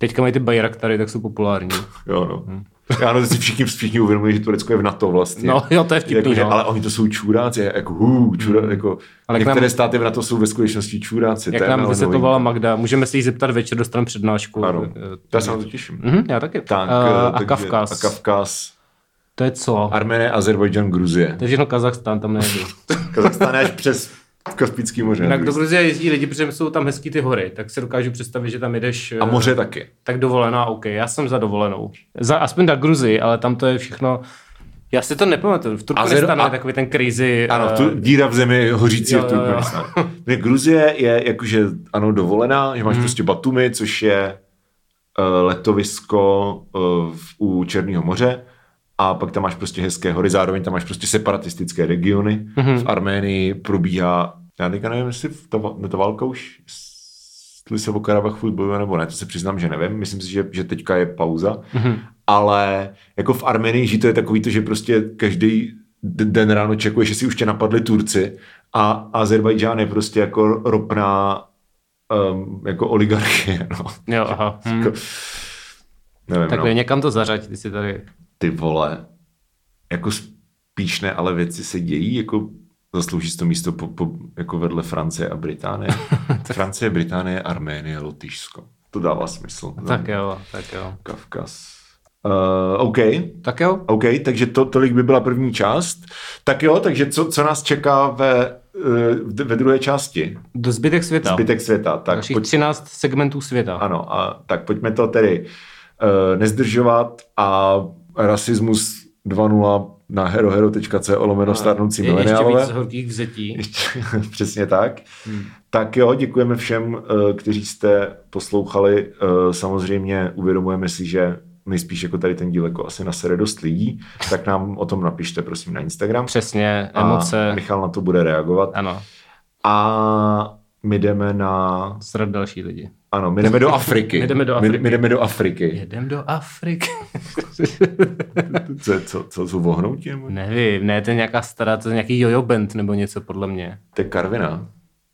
Speaker 2: Teďka mají ty bajraktary, tak jsou populární.
Speaker 1: jo, no. Já no, si všichni, všichni uvědomují, že Turecko je v NATO vlastně.
Speaker 2: No, jo, to je vtipný,
Speaker 1: Jakože,
Speaker 2: no. Mm.
Speaker 1: Ale oni to jsou čuráci, jako, hů, čura, jako,
Speaker 2: Ale
Speaker 1: ale
Speaker 2: k nám-
Speaker 1: některé nám, státy v NATO jsou ve skutečnosti čuráci. to
Speaker 2: Jak
Speaker 1: je
Speaker 2: nám
Speaker 1: ale
Speaker 2: vysvětlovala
Speaker 1: nový.
Speaker 2: Magda, můžeme se jí zeptat večer, dostaneme přednášku.
Speaker 1: Ano, já se na to těším.
Speaker 2: Mhm, já taky.
Speaker 1: Tak,
Speaker 2: Eh,
Speaker 1: eh,
Speaker 2: a
Speaker 1: takže-
Speaker 2: Kavkaz.
Speaker 1: A Kavkaz.
Speaker 2: To je co?
Speaker 1: Arménie, Azerbajdžan, Gruzie.
Speaker 2: To je všechno Kazachstán, tam nejdu.
Speaker 1: Kazachstán až přes Kaspický moře.
Speaker 2: Jinak do Gruzie jezdí lidi, protože jsou tam hezký ty hory, tak se dokážu představit, že tam jedeš. eh,
Speaker 1: A moře taky.
Speaker 2: Tak dovolená, OK, já jsem za dovolenou. Za, aspoň na Gruzii, ale tam to je všechno... Já si to nepamatuju. V Turkmenistánu
Speaker 1: a-
Speaker 2: je takový ten crazy...
Speaker 1: Ano,
Speaker 2: eh,
Speaker 1: tu, díra v zemi hořící
Speaker 2: jo,
Speaker 1: je v
Speaker 2: jo, jo.
Speaker 1: Turkmenistán. Ne, Gruzie je jakože, ano, dovolená, že máš hmm. prostě Batumi, což je eh, letovisko eh, v- u Černého moře a pak tam máš prostě hezké hory, zároveň tam máš prostě separatistické regiony. V Arménii probíhá, já teďka nevím, jestli v ta, va- no ta válka už jestli se o Karabach furt bojuje nebo ne, to se přiznám, že nevím. Myslím si, že, že teďka je pauza. Mm-hmm.
Speaker 2: mhm.
Speaker 1: Ale jako v Armenii žít to je takový to, že prostě každý d- den ráno čekuješ, jestli už tě napadli Turci a Azerbajdžán je prostě jako ropná um, jako oligarchie, no.
Speaker 2: Jo, aha. Hm.
Speaker 1: Jako, nevím,
Speaker 2: Tak
Speaker 1: no.
Speaker 2: jo, někam to zařaď, ty si tady...
Speaker 1: Ty vole, jako spíš ne, ale věci se dějí, jako zaslouží si to místo po, po, jako vedle Francie a Británie. Francie, Británie, Arménie, Lotyšsko. To dává smysl.
Speaker 2: Tak jo, tak jo.
Speaker 1: Kavkaz. Uh, OK,
Speaker 2: Tak jo,
Speaker 1: OK, takže to, tolik by byla první část. Tak jo, takže co, co nás čeká ve, eh, v d- ve druhé části?
Speaker 2: do zbytek světa.
Speaker 1: Zbytek světa. Tak
Speaker 2: Dalších
Speaker 1: pojď,
Speaker 2: 13 segmentů světa.
Speaker 1: ano, a, tak pojďme to tedy uh, nezdržovat a rasismus 2.0 na herohero.co lomeno starnoucí
Speaker 2: No, Je ještě
Speaker 1: mileniálové.
Speaker 2: víc horkých vzetí.
Speaker 1: Ještě, přesně tak. Hmm. Tak jo, děkujeme všem, eh, kteří jste poslouchali. Eh, Samozřejmě uvědomujeme si, že nejspíš jako tady ten díl jako asi nasere dost lidí, tak nám o tom napište prosím na Instagram.
Speaker 2: Přesně,
Speaker 1: A
Speaker 2: emoce.
Speaker 1: Michal na to bude reagovat.
Speaker 2: Ano,
Speaker 1: A my jdeme na...
Speaker 2: srad další lidi.
Speaker 1: Ano, my jdeme do Afriky.
Speaker 2: My jdeme do
Speaker 1: My, my
Speaker 2: Afriky.
Speaker 1: jdeme do Afriky.
Speaker 2: Jedem do Afriky.
Speaker 1: Co, co, co jsou vohnouti? nebo-
Speaker 2: Nevím, ne, to je nějaká stará, to je nějaký jojo band nebo něco podle mě.
Speaker 1: To je Karvina.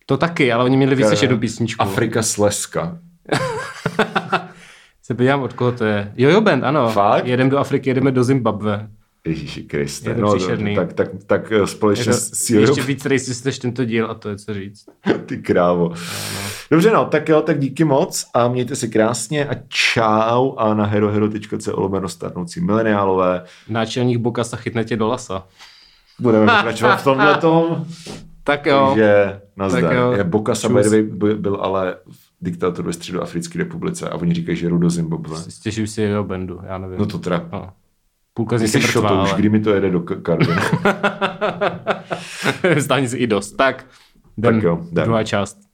Speaker 2: To taky, ale oni měli víc než
Speaker 1: Karvina.
Speaker 2: jednu písničku.
Speaker 1: Afrika Slezka.
Speaker 2: Se podívám, od koho to je. Jojo band, ano.
Speaker 1: Fakt?
Speaker 2: Jedem do Afriky, jedeme do Zimbabwe.
Speaker 1: Ježíši Kriste. No,
Speaker 2: Je to příšerný.
Speaker 1: tak, tak, tak eh,
Speaker 2: Je
Speaker 1: společně s
Speaker 2: to
Speaker 1: Sirou,
Speaker 2: ještě víc racist než tento díl a to je co říct.
Speaker 1: ty krávo. Dobře no, tak jo, tak díky moc a mějte se krásně a čau a na herohero.co lomeno starnoucí mileniálové.
Speaker 2: Náčelník Bokasa chytne tě do lasa.
Speaker 1: Budeme pokračovat v tomhletom,
Speaker 2: Tak jo.
Speaker 1: že
Speaker 2: Tak jo.
Speaker 1: nazdar. Je Boka
Speaker 2: Čus.
Speaker 1: Sabervy byl ale diktátor ve Středoafrické republice a oni říkají, že jdu do Zimbabwe.
Speaker 2: Stěžuju si jojo bandu, já nevím.
Speaker 1: No to teda.
Speaker 2: no. Půlka z
Speaker 1: Ty
Speaker 2: nich
Speaker 1: jsi
Speaker 2: je
Speaker 1: šoto
Speaker 2: mrtvá,
Speaker 1: už,
Speaker 2: ale
Speaker 1: kdy mi to jede do Karvina.
Speaker 2: Zdání si i dost. Tak, jdem.
Speaker 1: Tak jo, jdem.
Speaker 2: Druhá část.